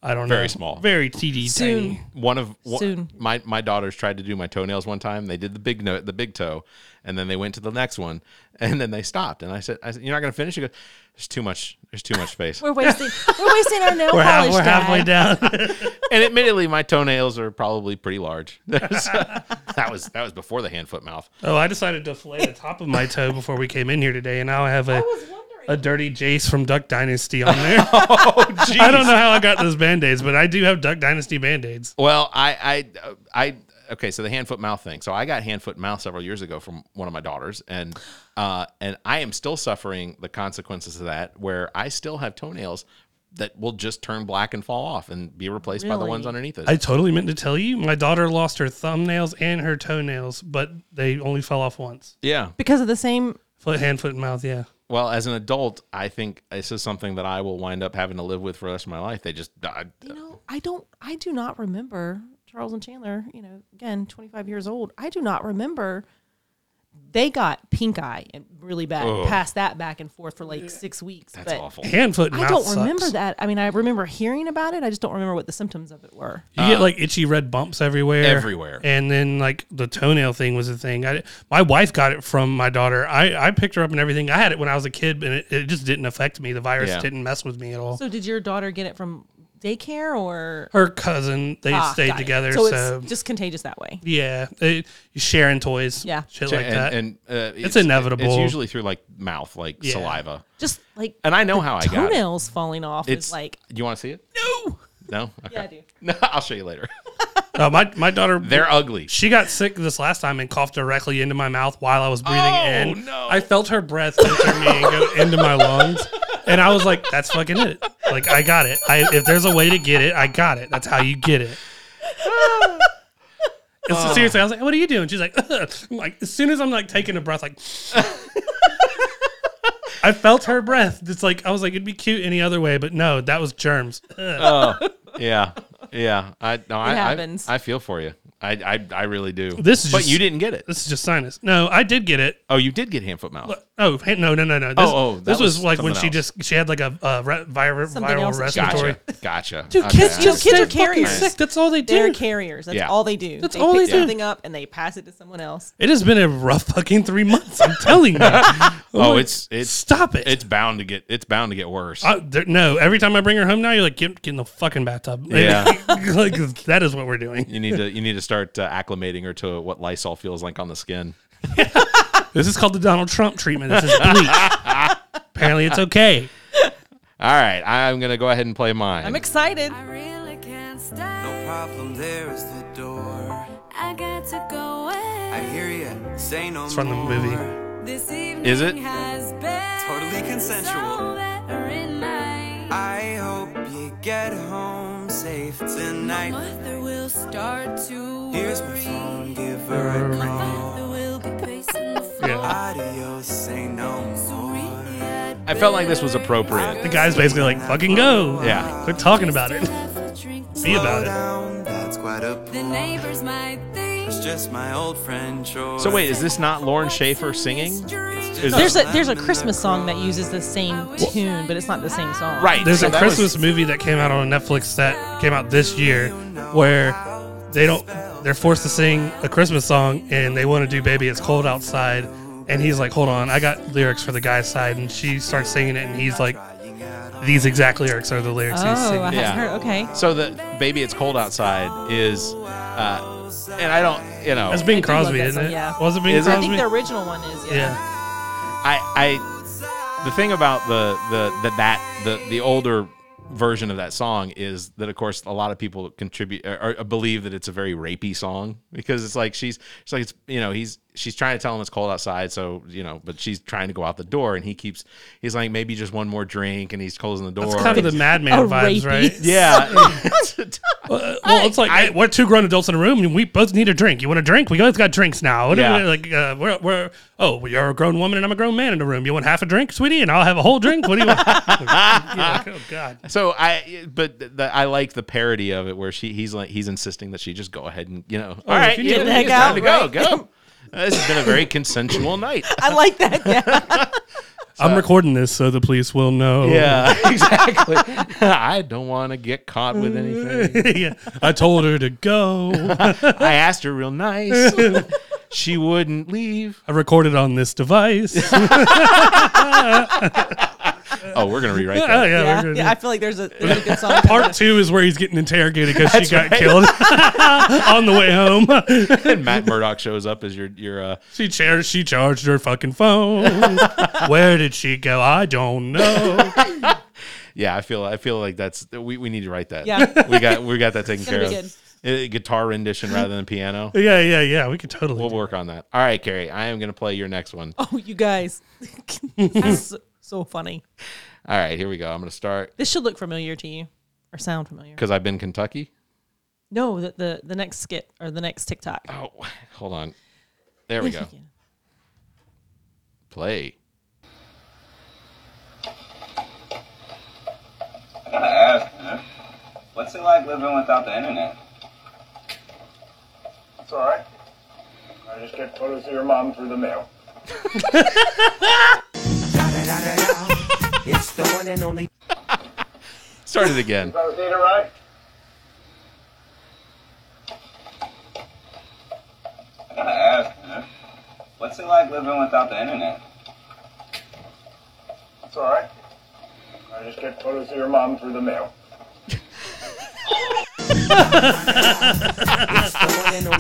Speaker 2: I don't know
Speaker 1: Very small.
Speaker 2: very teeny
Speaker 3: Soon.
Speaker 2: tiny.
Speaker 1: one of one,
Speaker 3: Soon.
Speaker 1: my my daughters tried to do my toenails one time. They did the big no, the big toe, and then they went to the next one, and then they stopped. And I said, I said "You're not going to finish." She goes, "There's too much. There's too much space."
Speaker 3: we're wasting we're wasting our nail
Speaker 2: We're, half-
Speaker 3: polish.
Speaker 2: we're
Speaker 3: Dad.
Speaker 2: halfway down.
Speaker 1: and admittedly, my toenails are probably pretty large. So, that was that was before the hand foot mouth.
Speaker 2: oh, I decided to fillet the top of my toe before we came in here today, and now I have a
Speaker 3: was wondering.
Speaker 2: a dirty Jace from Duck Dynasty on there.
Speaker 1: Oh,
Speaker 2: I don't know how I got those band aids, but I do have Duck Dynasty band aids.
Speaker 1: Well, I I I okay. So the hand foot mouth thing. So I got hand foot mouth several years ago from one of my daughters, and uh, and I am still suffering the consequences of that, where I still have toenails. That will just turn black and fall off and be replaced by the ones
Speaker 3: Really?
Speaker 1: underneath it.
Speaker 2: I totally meant to tell you, my daughter lost her thumbnails and her toenails, but they only fell off once.
Speaker 1: Yeah.
Speaker 3: because of the same.
Speaker 2: Foot, hand, foot, and mouth. Yeah.
Speaker 1: Well, as an adult, I think this is something that I will wind up having to live with for the rest of my life. They just uh, died.
Speaker 3: You know, I don't. I do not remember Charles and Chandler. You know, again, twenty five years old. I do not remember. They got pink eye and really bad. Passed that back and forth for like six weeks.
Speaker 1: That's
Speaker 3: but
Speaker 1: awful.
Speaker 2: Hand, foot, and
Speaker 3: I
Speaker 2: mouth.
Speaker 3: don't
Speaker 2: sucks.
Speaker 3: remember that. I mean, I remember hearing about it. I just don't remember what the symptoms of it were.
Speaker 2: You get like itchy red bumps everywhere.
Speaker 1: Everywhere.
Speaker 2: And then like the toenail thing was a thing. I, my wife got it from my daughter. I, I picked her up and everything. I had it when I was a kid, and it, it just didn't affect me. The virus
Speaker 1: Yeah.
Speaker 2: didn't mess with me at all.
Speaker 3: So, did your daughter get it from daycare or?
Speaker 2: her cousin, they
Speaker 3: Ah,
Speaker 2: stayed
Speaker 3: got it.
Speaker 2: together. So,
Speaker 3: So, it's just contagious that way.
Speaker 2: yeah, they, sharing toys.
Speaker 3: Yeah.
Speaker 2: Shit
Speaker 1: And,
Speaker 2: like that.
Speaker 1: and, uh,
Speaker 2: It's inevitable.
Speaker 1: It's usually through like mouth, like
Speaker 2: Yeah.
Speaker 1: saliva.
Speaker 3: Just like
Speaker 1: And I know how I got it.
Speaker 3: toenails falling off
Speaker 1: It's
Speaker 3: is like
Speaker 1: Do you want to see it?
Speaker 3: no.
Speaker 1: No. Okay.
Speaker 3: Yeah, I do.
Speaker 1: No, I'll show you later.
Speaker 2: Uh, my, my daughter,
Speaker 1: They're ugly.
Speaker 2: She got sick this last time and coughed directly into my mouth while I was breathing
Speaker 1: Oh,
Speaker 2: in.
Speaker 1: no.
Speaker 2: I felt her breath enter me and go into my lungs. And I was like, that's fucking it. Like, I got it. I, if there's a way to get it, I got it. That's how you get it. And so seriously, I was like, what are you doing? She's like, Ugh. I'm like, as soon as I'm like taking a breath, like, I felt her breath. It's like, I was like, it'd be cute any other way, but no, that was germs. Ugh.
Speaker 1: yeah. Yeah. I no. I,
Speaker 3: happens.
Speaker 1: I I feel for you. I I, I really do.
Speaker 2: This is
Speaker 1: but
Speaker 2: just-
Speaker 1: you didn't get it.
Speaker 2: this is just sinus. No, I did get it.
Speaker 1: Oh, you did get hand foot mouth.
Speaker 2: Oh hey, no no no no! This,
Speaker 1: Oh, oh, that
Speaker 2: this was,
Speaker 1: was
Speaker 2: like when
Speaker 1: something
Speaker 2: she
Speaker 1: else.
Speaker 2: just she had like a, a re- vir-
Speaker 3: Something
Speaker 2: viral
Speaker 3: else.
Speaker 2: respiratory.
Speaker 1: Gotcha. Gotcha.
Speaker 2: Dude,
Speaker 1: Okay.
Speaker 2: kids
Speaker 3: Dude,
Speaker 2: just
Speaker 3: kids
Speaker 2: kids
Speaker 3: are
Speaker 2: are fucking
Speaker 3: carriers.
Speaker 2: sick. That's all they
Speaker 3: They're
Speaker 2: do.
Speaker 3: carriers. That's
Speaker 1: Yeah.
Speaker 3: all they do. That's
Speaker 2: all they
Speaker 3: pick
Speaker 2: do.
Speaker 3: something up and they pass it to someone else.
Speaker 2: It has been a rough fucking three months. I'm telling you. oh,
Speaker 1: Oh, it's it's
Speaker 2: stop it.
Speaker 1: it's bound to get it's bound to get worse.
Speaker 2: I- there- no, every time I bring her home now, you're like get, get in the fucking bathtub.
Speaker 1: Yeah.
Speaker 2: like that is what we're doing.
Speaker 1: You need to you need to start uh, acclimating her to what Lysol feels like on the skin.
Speaker 2: This is called the Donald Trump treatment. This is bleach. Apparently, it's okay.
Speaker 1: All right, I'm gonna go ahead and play mine.
Speaker 3: I'm excited.
Speaker 7: I really can't stay.
Speaker 8: problem, there is the door.
Speaker 7: I got to go away.
Speaker 8: I hear you, say no
Speaker 2: It's from the movie.
Speaker 8: more.
Speaker 7: This evening
Speaker 1: Is it?
Speaker 7: has been
Speaker 8: Totally
Speaker 7: so
Speaker 8: consensual.
Speaker 7: better in mind.
Speaker 8: I hope you get home safe
Speaker 7: My
Speaker 8: tonight.
Speaker 7: mother will start to
Speaker 8: Here's my
Speaker 7: worry.
Speaker 8: phone, give her a
Speaker 7: My
Speaker 8: call.
Speaker 7: father will be pacing the floor.
Speaker 2: Yeah.
Speaker 8: Adios, say no
Speaker 7: So
Speaker 8: more.
Speaker 7: really, I'd
Speaker 1: I felt like this was
Speaker 7: better
Speaker 1: appropriate.
Speaker 2: The guy's basically like, fucking go.
Speaker 1: Yeah.
Speaker 2: Quit talking about
Speaker 7: just
Speaker 2: it.
Speaker 7: to have a drink
Speaker 2: Be about it.
Speaker 8: Down, that's quite a
Speaker 7: The
Speaker 8: point.
Speaker 7: neighbors might think.
Speaker 8: It's just my old friend George.
Speaker 1: So wait, is this not Lauren
Speaker 7: what's
Speaker 1: Schaefer
Speaker 7: in
Speaker 1: singing?
Speaker 7: this drink?
Speaker 1: Is
Speaker 3: There's
Speaker 8: it-
Speaker 3: a there's a Christmas song that uses the same tune, but it's not the same song.
Speaker 1: right.
Speaker 2: There's
Speaker 1: so
Speaker 2: a
Speaker 1: that was-
Speaker 2: Christmas movie that came out on Netflix that came out this year where they don't they're forced to sing a Christmas song and they want to do baby it's cold outside and he's like hold on I got lyrics for the guy's side and she starts singing it and he's like these exact lyrics are the lyrics he's
Speaker 3: Oh, I
Speaker 2: singing.
Speaker 1: Yeah.
Speaker 3: haven't heard. Okay.
Speaker 1: So the baby, it's cold outside is, uh, and I don't, you know,
Speaker 2: That's Bing
Speaker 3: I do love
Speaker 2: Crosby,
Speaker 3: that
Speaker 2: isn't
Speaker 3: song,
Speaker 2: it?
Speaker 3: yeah.
Speaker 2: Was it Bing
Speaker 1: Is it?
Speaker 3: I
Speaker 2: Crosby?
Speaker 3: think the original one is yeah.
Speaker 2: yeah.
Speaker 1: I, I, the thing about the the the that the the older version of that song is that of course a lot of people contribute or, or believe that it's a very rapey song because it's like she's she's like it's you know he's she's trying to tell him it's cold outside so you know but she's trying to go out the door and he keeps he's like maybe just one more drink and he's closing the door
Speaker 2: It's kind of the madman vibes,
Speaker 3: A Oh, rapey
Speaker 2: right?
Speaker 1: yeah
Speaker 2: Uh, well, it's like hey, we're two grown adults in a room, and we both need a drink. You want a drink? We both got drinks now. What
Speaker 1: Yeah.
Speaker 2: yeah. Like uh, we're, we're oh, well, you're a grown woman, and I'm a grown man in the room. You want half a drink, sweetie, and I'll have a whole drink. What do you want? You're like, oh God.
Speaker 1: So I, but the, the, I like the parody of it where she he's like he's insisting that she just go ahead and you know all right
Speaker 2: you
Speaker 1: you
Speaker 2: need
Speaker 1: know,
Speaker 3: to
Speaker 1: it's
Speaker 3: get
Speaker 1: time to go
Speaker 3: out,
Speaker 1: go. Uh, this has been a very consensual night.
Speaker 3: I like that. Yeah.
Speaker 2: I'm recording this so the police will know.
Speaker 1: Yeah, exactly. I don't want to get caught with anything.
Speaker 2: Yeah. I told her to go.
Speaker 1: I asked her real nice. She wouldn't leave.
Speaker 2: I recorded on this device. oh,
Speaker 1: Oh, we're gonna rewrite
Speaker 2: yeah,
Speaker 1: that.
Speaker 2: we're
Speaker 3: yeah.
Speaker 2: gonna-
Speaker 3: yeah, I feel like there's a, there's a good song.
Speaker 2: Part two is where he's getting interrogated because she got killed on the way home.
Speaker 1: And Matt Murdock shows up as your your uh,
Speaker 2: She charged. She charged her fucking phone. Where did she go? I don't know.
Speaker 1: yeah. I feel I feel like that's we, we need to write that.
Speaker 3: Yeah.
Speaker 1: we got we got that taken
Speaker 3: gonna
Speaker 1: care
Speaker 3: be
Speaker 1: of. Uh, guitar rendition rather than piano.
Speaker 2: yeah, yeah, yeah. We could totally.
Speaker 1: We'll
Speaker 2: do
Speaker 1: work on that. All right, Carrie. I am gonna play your next one.
Speaker 3: Oh, you guys, That's so, so funny.
Speaker 1: All right, here we go. I'm going to start
Speaker 3: This should look familiar to you or sound familiar.
Speaker 1: because I've been Kentucky.
Speaker 3: No, the, the the next skit or the next TikTok.
Speaker 1: Oh, hold on. There Oh, we go. Play.
Speaker 9: gotta ask, man. What's it like living without the internet? It's alright. I just get photos of your mom through the mail.
Speaker 8: It's the one and only.
Speaker 1: Start it again.
Speaker 9: That was data right? I gotta ask, man. What's it like living without the internet? It's alright. I just get photos of your mom through the mail.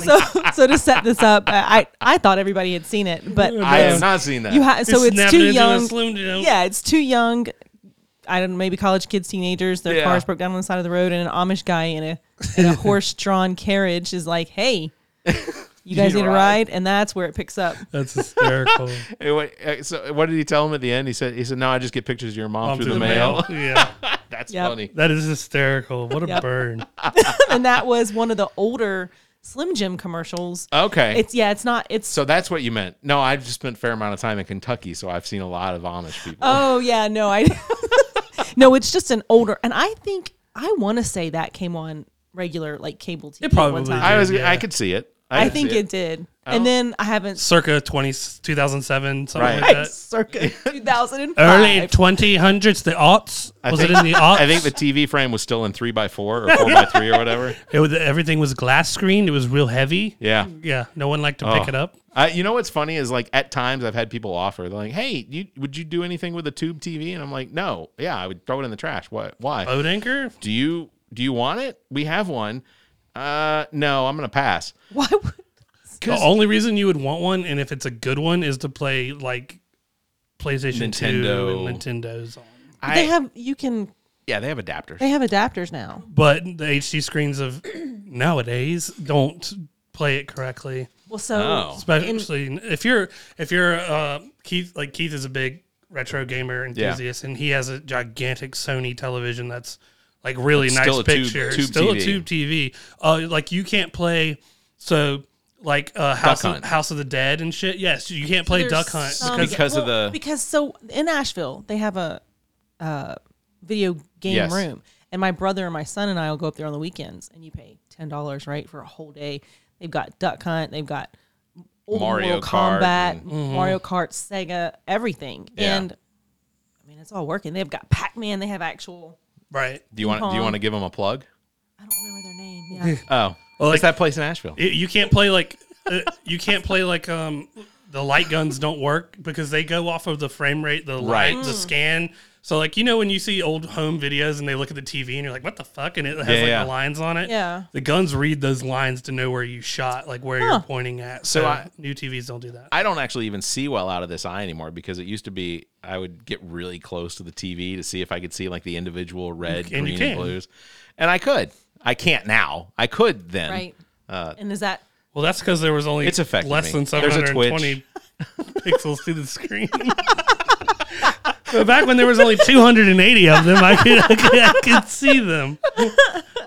Speaker 3: So so to set this up, I I I thought everybody had seen it, but
Speaker 1: I have not seen that.
Speaker 3: you ha- so it's
Speaker 2: snapping
Speaker 3: too
Speaker 2: into a
Speaker 3: young.
Speaker 2: slim jim.
Speaker 3: Yeah, it's too young. I don't know, maybe college kids, teenagers, their
Speaker 1: Yeah.
Speaker 3: cars broke down on the side of the road, and an Amish guy in a, in a horse drawn carriage is like, hey, you guys need a ride? And that's where it picks up.
Speaker 2: That's hysterical.
Speaker 1: Hey, what- uh, so what did he tell him at the end? He said, "He said no, I just get pictures of your mom,
Speaker 2: On
Speaker 1: through, the, mail."
Speaker 2: yeah,
Speaker 1: That's
Speaker 3: Yep.
Speaker 1: funny.
Speaker 2: that is hysterical. What a
Speaker 3: Yep.
Speaker 2: burn.
Speaker 3: and that was one of the older Slim Jim commercials.
Speaker 1: Okay,
Speaker 3: It's yeah, it's not. It's
Speaker 1: so that's what you meant. No, I've just spent a fair amount of time in Kentucky, so I've seen a lot of Amish people.
Speaker 3: oh yeah, no, I no, it's just an older, and I think I want to say that came on regular like cable TV.
Speaker 2: It probably
Speaker 3: one time.
Speaker 1: I was,
Speaker 2: yeah.
Speaker 1: I could see it.
Speaker 3: I,
Speaker 1: could
Speaker 3: think
Speaker 1: see
Speaker 3: it did, and
Speaker 1: don't-
Speaker 3: then I haven't
Speaker 2: Circa 20, 2007, something
Speaker 1: Right.
Speaker 2: like that.
Speaker 3: circa 2005.
Speaker 2: Early twenty hundreds, the aughts.
Speaker 1: I
Speaker 2: was
Speaker 1: think-
Speaker 2: it in the aughts?
Speaker 1: I think the TV frame was still in three by four or four by three or whatever.
Speaker 2: It was, everything was glass screened. It was real heavy.
Speaker 1: Yeah.
Speaker 2: Yeah, no one liked to
Speaker 1: Oh.
Speaker 2: pick it up.
Speaker 1: I, you know what's funny is like at times I've had people offer they're like, "Hey, you, would you do anything with a tube TV?" And I'm like, "No, yeah, I would throw it in the trash. What? Why?
Speaker 2: Boat anchor.
Speaker 1: do you do you want it? We have one. Uh, no, I'm gonna pass.
Speaker 3: Why would
Speaker 2: The only reason you would want one, and if it's a good one, is to play like PlayStation Two and Nintendo's. On.
Speaker 1: I,
Speaker 3: they have? You can.
Speaker 1: yeah, they have adapters.
Speaker 3: They have adapters now.
Speaker 2: But the HD screens of nowadays don't play it correctly.
Speaker 3: Well, so
Speaker 1: Oh.
Speaker 2: especially if you're if you're uh, Keith like Keith is a big retro gamer enthusiast and he has a gigantic Sony television that's like really
Speaker 1: It's
Speaker 2: nice
Speaker 1: still a tube-
Speaker 2: picture
Speaker 1: tube
Speaker 2: still
Speaker 1: TV.
Speaker 2: a tube TV uh, like you can't play so like uh, House of,
Speaker 1: Hunt.
Speaker 2: House of the Dead and shit yes you can't play
Speaker 3: there's
Speaker 2: Duck Hunt
Speaker 3: some-
Speaker 2: because
Speaker 1: Because of the-
Speaker 3: because so in Asheville they have a uh, video game
Speaker 1: Yes.
Speaker 3: room, and my brother and my son and I will go up there on the weekends, and you pay ten dollars right for a whole day. They've got Duck Hunt, they've got old
Speaker 1: Mario
Speaker 3: Mortal
Speaker 1: Kart
Speaker 3: Kombat,
Speaker 1: and-
Speaker 3: Mario Kart, Sega, everything,
Speaker 1: Yeah.
Speaker 3: and I mean it's all working. They've got Pac Man, they have actual.
Speaker 2: right
Speaker 1: Do you want? Do you
Speaker 3: Pong.
Speaker 1: want to give them a plug?
Speaker 3: I don't remember their name. Yeah.
Speaker 1: Oh, well, it's that place in Asheville.
Speaker 2: It- you can't play like uh, you can't play like um the light guns don't work because they go off of the frame rate, the light,
Speaker 1: Right.
Speaker 2: the scan. So like you know when you see old home videos and they look at the TV and you're like, what the fuck, and it has
Speaker 1: Yeah,
Speaker 2: like
Speaker 1: yeah.
Speaker 2: the lines on it.
Speaker 3: Yeah.
Speaker 2: the guns read those lines to know where you shot, like where you're pointing at. So,
Speaker 1: So I-
Speaker 2: new TVs don't do that.
Speaker 1: I don't actually even see well out of this eye anymore because it used to be I would get really close to the TV to see if I could see like the individual red,
Speaker 2: c- and you
Speaker 1: green,
Speaker 2: can.
Speaker 1: and blues, and I could. I can't now. I could then.
Speaker 3: Right.
Speaker 1: uh,
Speaker 3: and is that
Speaker 2: well, that's because there was only
Speaker 1: It's affected
Speaker 2: less
Speaker 1: me.
Speaker 2: than
Speaker 1: There's a twitch.
Speaker 2: 720 pixels to the screen. But back when there was only 280 of them, I could, I could, I could see them.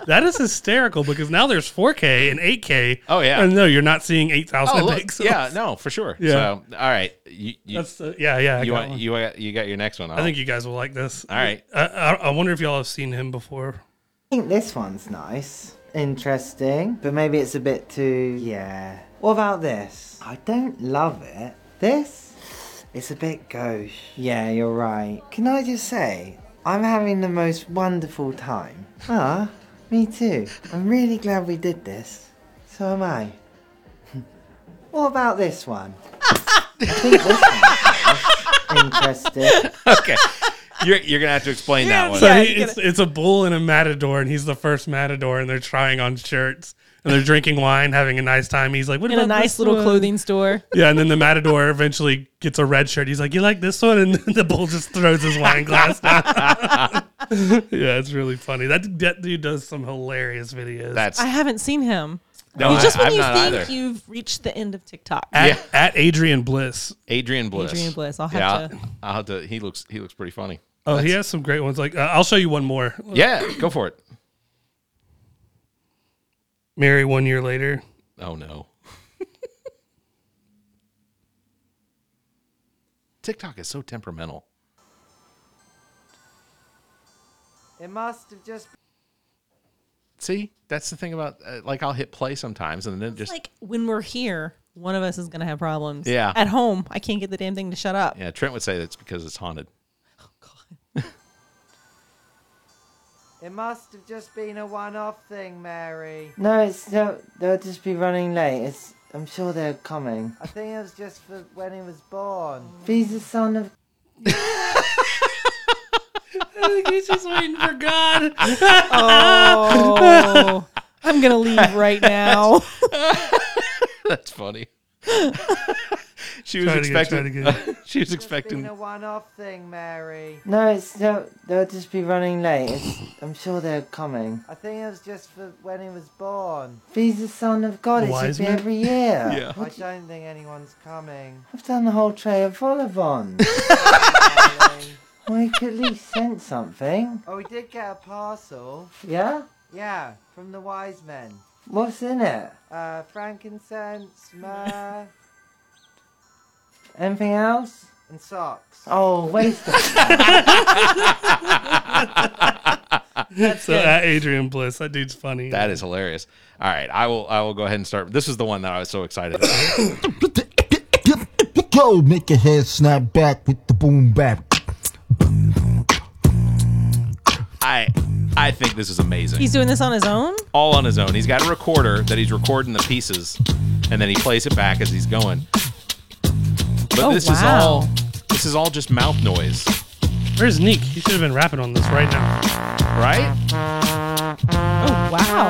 Speaker 2: That is hysterical because now there's 4K and 8K.
Speaker 1: Oh, yeah.
Speaker 2: And no, you're not seeing 8,000
Speaker 1: Oh, look,
Speaker 2: pixels.
Speaker 1: yeah, no, for sure.
Speaker 2: Yeah.
Speaker 1: So, all right, you you,
Speaker 2: That's the, yeah, yeah. I, got
Speaker 1: you want
Speaker 2: one.
Speaker 1: you got you got your next one.
Speaker 2: I think you guys will like this.
Speaker 1: All right.
Speaker 2: I, I, I wonder if y'all have seen him before.
Speaker 10: I think this one's nice, interesting, but maybe it's a bit too. Yeah. What about this? I don't love it. This? It's a bit gauche. Yeah, you're right. Can I just say, I'm having the most wonderful time. Ah, me too. I'm really glad we did this. So am I. what about this one? I think this one's nice. Interesting.
Speaker 1: okay. You're you're gonna have to explain that one.
Speaker 2: So
Speaker 3: Yeah,
Speaker 2: he,
Speaker 3: you get
Speaker 2: it's, it's a bull and a matador, and he's the first matador, and they're trying on shirts and they're drinking wine, having a nice time. He's like, what
Speaker 3: in
Speaker 2: about
Speaker 3: a nice
Speaker 2: this
Speaker 3: little
Speaker 2: one?
Speaker 3: clothing store?
Speaker 2: Yeah, and then the matador eventually gets a red shirt. He's like, "You like this one?" And the bull just throws his wine glass down. yeah, it's really funny. That that dude does some hilarious videos.
Speaker 1: That's
Speaker 3: I haven't seen him.
Speaker 1: no,
Speaker 3: You- just
Speaker 1: Oh, I,
Speaker 3: when
Speaker 1: am
Speaker 3: you
Speaker 1: not
Speaker 3: think
Speaker 1: either.
Speaker 3: you've reached the end of TikTok,
Speaker 2: at,
Speaker 1: yeah.
Speaker 2: at Adrian Bliss.
Speaker 1: Adrian Bliss.
Speaker 3: Adrian Bliss. I'll have
Speaker 1: yeah,
Speaker 3: to.
Speaker 1: I'll have to. He looks he looks pretty funny.
Speaker 2: Oh, he has some great ones. Like uh, I'll show you one more.
Speaker 1: Yeah, go for it.
Speaker 2: Mary one year later.
Speaker 1: Oh no. TikTok is so temperamental.
Speaker 10: It must have just
Speaker 1: See, that's the thing about uh, like I'll hit play sometimes and then it
Speaker 3: It's
Speaker 1: just
Speaker 3: like when we're here, one of us is gonna have problems.
Speaker 1: Yeah.
Speaker 3: At home, I can't get the damn thing to shut up.
Speaker 1: yeah. Trent would say that's because it's haunted.
Speaker 10: It must have just been a one-off thing, Mary. No, it's no. They'll just be running late. It's. I'm sure they're coming. I think it was just for when he was born. He's the son of.
Speaker 2: He's just waiting for God.
Speaker 3: Oh, I'm gonna leave right now.
Speaker 1: That's funny. she was
Speaker 2: Try it again,
Speaker 1: expecting.
Speaker 2: try it
Speaker 1: she was expecting.
Speaker 10: one-off thing, Mary. No, it's no. They'll just be running late. It's. I'm sure they're coming. I think it was just for when he was born. He's the son of God. It
Speaker 2: The
Speaker 10: should
Speaker 2: wise
Speaker 10: be
Speaker 2: man?
Speaker 10: every year.
Speaker 1: Yeah.
Speaker 10: I don't think anyone's coming. I've done the whole tray of Olivon. Well, you could at least send something. Oh, we did get a parcel. Yeah? Yeah, from the wise men. What's in it? Uh, frankincense, myrrh. Anything else? And socks. Oh, waste of
Speaker 2: so at Adrian Bliss, that dude's funny.
Speaker 1: That is hilarious. All right, I will. I will go ahead and start. This is the one that I was so excited. about.
Speaker 11: Yo, make your head snap back with the boom bap.
Speaker 1: I I think this is amazing.
Speaker 3: He's doing this on his own.
Speaker 1: all on his own. He's got a recorder that he's recording the pieces, and then he plays it back as he's going. But
Speaker 3: Oh,
Speaker 1: this is
Speaker 3: wow.
Speaker 1: all this is all just mouth noise,
Speaker 2: Where's Neek? He should have been rapping on this right now.
Speaker 1: right?
Speaker 3: Oh wow.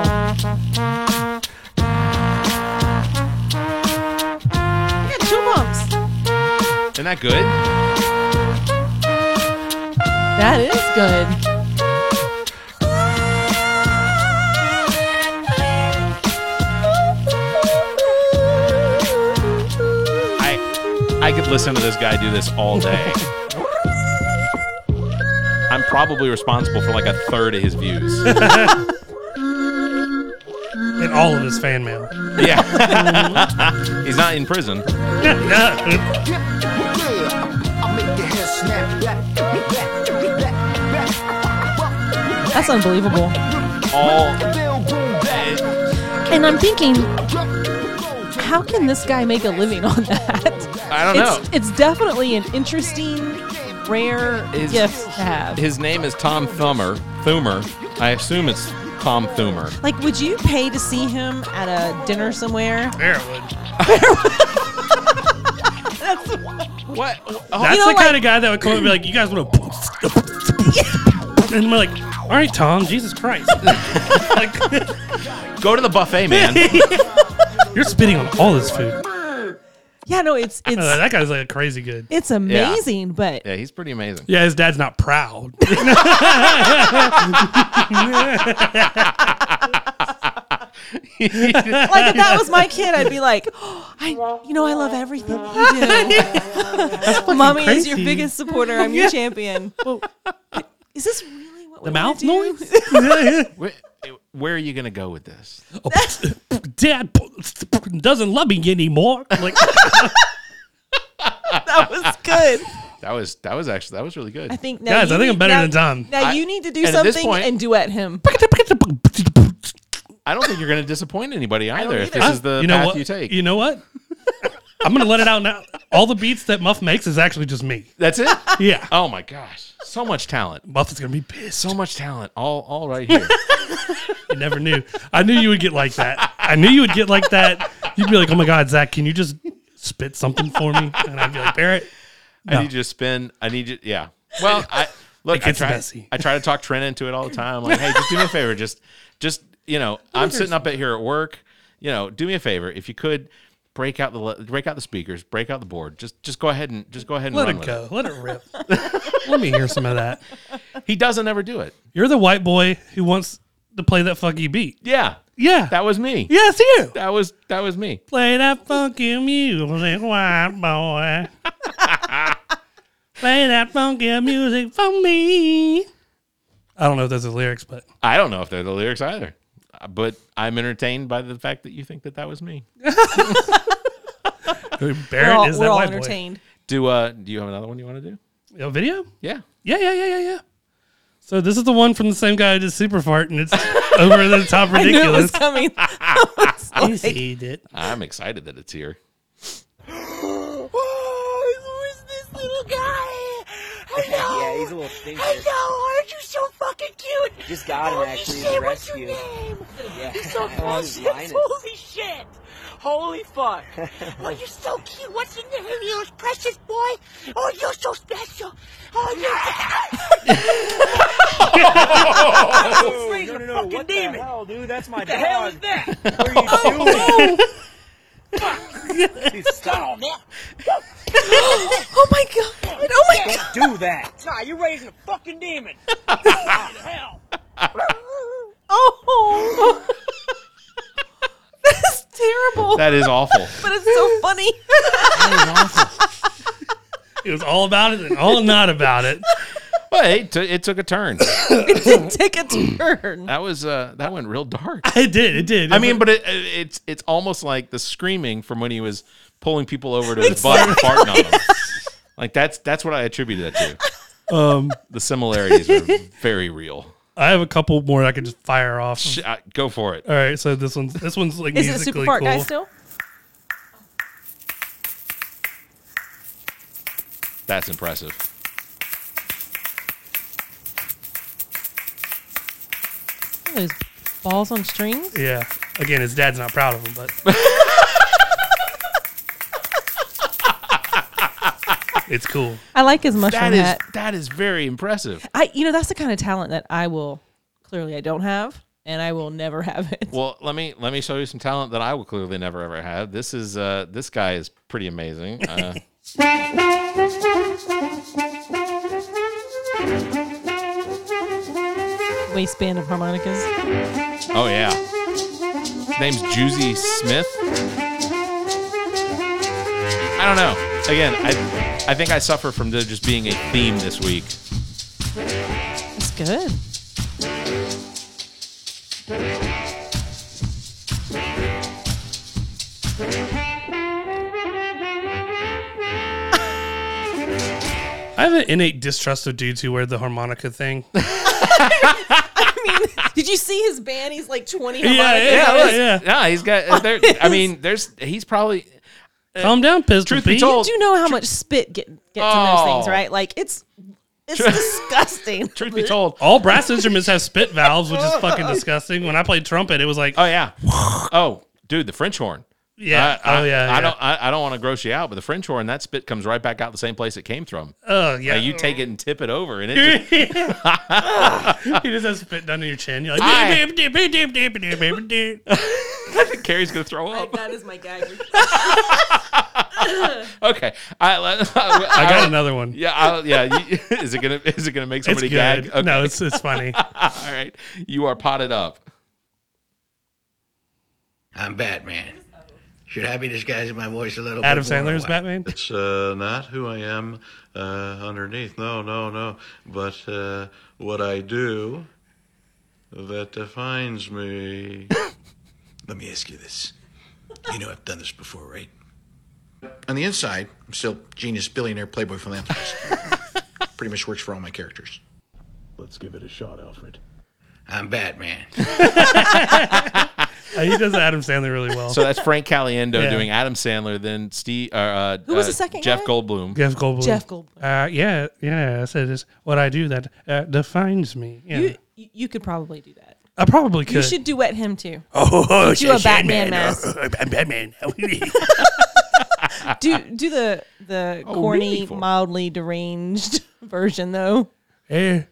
Speaker 3: I got chill bumps.
Speaker 1: Isn't that good?
Speaker 3: That is good.
Speaker 1: I could listen to this guy do this all day. I'm probably responsible for like a third of his views.
Speaker 2: And all of his fan mail.
Speaker 1: yeah. He's not in prison.
Speaker 3: That's unbelievable.
Speaker 1: All
Speaker 3: And I'm thinking, how can this guy make a living on that?
Speaker 1: I don't know.
Speaker 3: It's, it's definitely an interesting, rare
Speaker 1: His-
Speaker 3: gift to have.
Speaker 1: His name is Tom Thumer. Thumer. I assume it's Tom Thumer.
Speaker 3: like, would you pay to see him at a dinner somewhere?
Speaker 2: There it would.
Speaker 3: That's
Speaker 1: what?
Speaker 2: That's the kind of guy that would come up and be like, "You guys want to?" And we're like, "All right, Tom, Jesus Christ,
Speaker 1: go to the buffet, man."
Speaker 2: You're spitting on all this food.
Speaker 3: Yeah, no, it's it's
Speaker 2: Uh, that guy's like crazy good.
Speaker 3: it's amazing, but
Speaker 1: Yeah, he's pretty amazing.
Speaker 2: Yeah, his dad's not proud.
Speaker 3: like if that was my kid, I'd be like, oh, I, you know, I love everything you do. Mommy is your
Speaker 2: crazy.
Speaker 3: biggest supporter. I'm your
Speaker 2: Yeah.
Speaker 3: champion. Well, is this really what
Speaker 2: The
Speaker 3: we
Speaker 2: mouth
Speaker 3: wanna do?
Speaker 2: noise?
Speaker 1: Where, eh, where are you going to go with this?
Speaker 2: Dad doesn't love me anymore. Like,
Speaker 3: that was good.
Speaker 1: That was that was actually that was really good.
Speaker 3: I think now
Speaker 2: Guys,
Speaker 3: you
Speaker 2: I think I'm
Speaker 3: need-
Speaker 2: better
Speaker 3: now-
Speaker 2: than Tom.
Speaker 3: Now
Speaker 1: I-
Speaker 3: you need to do
Speaker 1: and at this
Speaker 3: something
Speaker 1: point-
Speaker 3: and duet him.
Speaker 1: I don't think you're going to disappoint anybody either if this
Speaker 2: Huh?
Speaker 1: is the
Speaker 2: you know
Speaker 1: path
Speaker 2: what?
Speaker 1: you take.
Speaker 2: You know what? I'm gonna let it out now. All the beats that Muff makes is actually just me.
Speaker 1: That's it.
Speaker 2: Yeah,
Speaker 1: Oh my gosh, so much talent,
Speaker 2: Muff is gonna be pissed.
Speaker 1: so much talent, all all right here.
Speaker 2: You never knew. I knew you would get like that. I knew you would get like that. You'd be like, "Oh my God, Zach, can you just spit something for me?" And I'd be like, "Barrett,
Speaker 1: I
Speaker 2: No.
Speaker 1: need you to spin. I need you. Yeah. Well, I look. I
Speaker 2: gets
Speaker 1: try.
Speaker 2: messy.
Speaker 1: I try to talk Trent into it all the time. I'm like, hey, just do me a favor. Just, just you know, I'm sitting up at here at work. You know, do me a favor if you could break out the le- break out the speakers, break out the board. Just, just go ahead and just go ahead and
Speaker 2: let
Speaker 1: run
Speaker 2: it
Speaker 1: with
Speaker 2: go, let it rip." Let me hear some of that.
Speaker 1: He doesn't ever do it.
Speaker 2: You're the white boy who wants to play that funky beat.
Speaker 1: Yeah.
Speaker 2: Yeah,
Speaker 1: That was me.
Speaker 2: yeah, it's you.
Speaker 1: That was that was me.
Speaker 2: Play that funky music, white boy. Play that funky music for me. I don't know if those are the lyrics, but
Speaker 1: I don't know if they're the lyrics either, Uh, but I'm entertained by the fact that you think that that was me.
Speaker 3: We're
Speaker 2: Barrett
Speaker 3: all,
Speaker 2: is
Speaker 3: we're
Speaker 2: that
Speaker 3: all
Speaker 2: white boy.
Speaker 3: entertained.
Speaker 1: Do uh do you have another one you want to do?
Speaker 2: A video?
Speaker 1: Yeah.
Speaker 2: Yeah, yeah, yeah, yeah, yeah. So this is the one from the same guy who did Super Fart, and it's over the top
Speaker 3: I knew it
Speaker 2: ridiculous.
Speaker 3: was coming. I was like,
Speaker 2: He did.
Speaker 1: I'm excited that it's here.
Speaker 12: Who's this little guy? Hello.
Speaker 13: Yeah, he's a little stinker.
Speaker 12: Hello, aren't you so fucking cute?
Speaker 13: Just got him
Speaker 12: Holy
Speaker 13: actually in
Speaker 12: shit,
Speaker 13: the
Speaker 12: what's
Speaker 13: rescue.
Speaker 12: your name?
Speaker 13: Yeah.
Speaker 12: He's so
Speaker 13: Oh, he's
Speaker 12: precious.
Speaker 13: Linus.
Speaker 12: Holy shit. Holy fuck. oh, you're so cute. What's your name? You're a precious boy. Oh, you're so special. Oh, you're... Slings
Speaker 13: no,
Speaker 12: a
Speaker 13: no, no,
Speaker 12: fucking
Speaker 13: what the
Speaker 12: demon.
Speaker 13: hell, dude? That's my
Speaker 12: What the hell is
Speaker 13: dog.
Speaker 12: that?
Speaker 13: What are you doing? Dude, stop.
Speaker 12: oh my god. Oh my god.
Speaker 13: Don't do that.
Speaker 12: Nah, you're raising a fucking demon. hell.
Speaker 3: oh, that's terrible.
Speaker 1: That is awful.
Speaker 3: but it's so funny.
Speaker 2: It was all about it and all not about it.
Speaker 1: Well, it, t- it took a turn.
Speaker 3: it did take a turn.
Speaker 1: That was uh, that went real dark.
Speaker 2: It did. It did.
Speaker 1: I mean, but it, it's it's almost like the screaming from when he was pulling people over to his butt and farting on them. Like that's that's what I attribute that to.
Speaker 2: um,
Speaker 1: The similarities are very real.
Speaker 2: I have a couple more I could just fire off.
Speaker 1: Sh- uh, go for it.
Speaker 2: All right, so this one's this one's like
Speaker 3: Is it
Speaker 2: musically
Speaker 3: super fart
Speaker 2: cool.
Speaker 3: guy still?
Speaker 1: That's impressive.
Speaker 3: Oh, those balls on strings.
Speaker 2: Yeah. Again, his dad's not proud of him, but it's cool.
Speaker 3: I like his mushroom
Speaker 1: That
Speaker 3: hat.
Speaker 1: is that is very impressive.
Speaker 3: I, you know, that's the kind of talent that I will clearly I don't have, and I will never have it.
Speaker 1: Well, let me let me show you some talent that I will clearly never ever have. This is uh this guy is pretty amazing. Uh,
Speaker 3: Waistband of harmonicas.
Speaker 1: oh yeah, name's Juicy Smith. I don't know. Again, I I think I suffer from there just being a theme this week.
Speaker 3: It's good.
Speaker 2: I have an innate distrust of dudes who wear the harmonica thing.
Speaker 3: Did you see his band? He's like 20
Speaker 2: Yeah,
Speaker 3: harmonicas.
Speaker 2: yeah,
Speaker 3: on
Speaker 2: yeah,
Speaker 3: his-
Speaker 2: yeah. Oh,
Speaker 1: No, he's got. There, I mean, there's. He's probably.
Speaker 2: Calm down, Pistol
Speaker 1: Truth be
Speaker 2: Pete.
Speaker 1: told,
Speaker 3: You do know how much spit get, gets in
Speaker 1: Oh.
Speaker 3: those things, right? Like it's it's disgusting.
Speaker 1: Truth be told,
Speaker 2: all brass instruments have spit valves, which is fucking disgusting. When I played trumpet, it was like,
Speaker 1: oh yeah, oh dude, the French horn.
Speaker 2: Yeah.
Speaker 1: I, I-
Speaker 2: Oh, yeah,
Speaker 1: uh, I
Speaker 2: yeah.
Speaker 1: don't. I, I don't want to gross you out, but the French horn, that spit comes right back out the same place it came from.
Speaker 2: Oh, yeah.
Speaker 1: Like, you take it and tip it over, and it.
Speaker 2: you
Speaker 1: Just,
Speaker 2: just have spit down to your chin. You're like,
Speaker 1: I-
Speaker 2: "Dip, dip, dip, dip, dip, dip, dip, dip."
Speaker 1: I think Carrie's gonna throw up.
Speaker 3: that is my gag.
Speaker 1: Okay, I, I,
Speaker 2: I got another one.
Speaker 1: Yeah, I, yeah. You, is it gonna is it gonna make somebody
Speaker 2: good.
Speaker 1: gag?
Speaker 2: No, it's- it's funny.
Speaker 1: All right, you are potted up.
Speaker 14: I'm Batman. Should I be disguising my voice a little
Speaker 2: Adam
Speaker 14: bit? more or
Speaker 2: Sandler's
Speaker 14: what?
Speaker 2: Batman?
Speaker 15: It's uh, not who I am uh, underneath. No, no, no. But uh, what I do that defines me.
Speaker 14: Let me ask you this. You know I've done this before, right? On the inside, I'm still genius billionaire playboy philanthropist. Pretty much works for all my characters. Let's give it a shot, Alfred. I'm Batman.
Speaker 2: Uh, he does Adam Sandler really well.
Speaker 1: So that's Frank Caliendo
Speaker 2: Yeah.
Speaker 1: doing Adam Sandler, then Steve. Uh, uh,
Speaker 3: Who was the
Speaker 1: uh,
Speaker 3: second
Speaker 1: Jeff
Speaker 3: guy?
Speaker 1: Goldblum.
Speaker 2: Jeff Goldblum.
Speaker 3: Jeff Goldblum.
Speaker 2: Uh, yeah, yeah. I said it's what I do that uh, defines me. Yeah.
Speaker 3: You, you you could probably do that.
Speaker 2: I probably could.
Speaker 3: You should duet him too.
Speaker 2: Oh, oh,
Speaker 3: do a
Speaker 2: Sandman.
Speaker 3: Batman mask.
Speaker 2: Oh, I'm Batman.
Speaker 3: do do the the
Speaker 2: Oh,
Speaker 3: corny,
Speaker 2: meaningful.
Speaker 3: mildly deranged version though.
Speaker 2: Hey.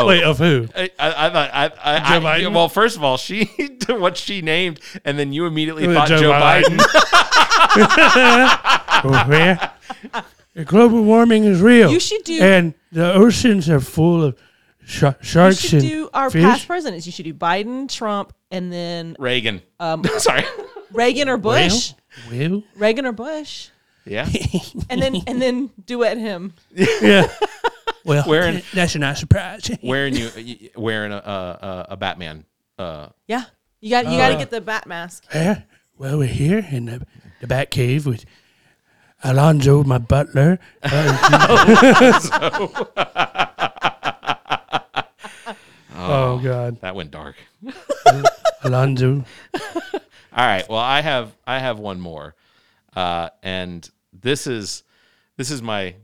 Speaker 1: Oh.
Speaker 2: Wait, of who?
Speaker 1: I, I, I thought. I, I,
Speaker 2: Joe
Speaker 1: I,
Speaker 2: Biden?
Speaker 1: well, first of all, she what she named, and then you immediately
Speaker 2: Uh,
Speaker 1: thought Joe,
Speaker 2: Joe
Speaker 1: Biden.
Speaker 2: Biden. Oh, yeah. The global warming is real.
Speaker 3: You should do-
Speaker 2: And the oceans are full of sh-
Speaker 3: You
Speaker 2: sharks
Speaker 3: should
Speaker 2: and
Speaker 3: do our
Speaker 2: fish.
Speaker 3: past presidents. You should do Biden, Trump, and then
Speaker 1: Reagan.
Speaker 3: Um,
Speaker 1: Sorry.
Speaker 3: Reagan or Bush.
Speaker 2: Will? Will?
Speaker 3: Reagan or Bush.
Speaker 1: Yeah.
Speaker 3: And then and then duet him.
Speaker 2: Yeah. Well,
Speaker 1: Wearing-
Speaker 2: that's a nice surprise.
Speaker 1: wearing you wearing a a, a Batman. Uh,
Speaker 3: Yeah. You got you got to
Speaker 2: Uh,
Speaker 3: get the bat mask.
Speaker 2: Yeah. Well, we're here in the, the Bat Cave with Alonzo, my butler.
Speaker 1: Alonzo.
Speaker 2: oh, God.
Speaker 1: that went dark.
Speaker 2: Alonzo.
Speaker 1: All right. Well, I have I have one more, uh, and this is this is my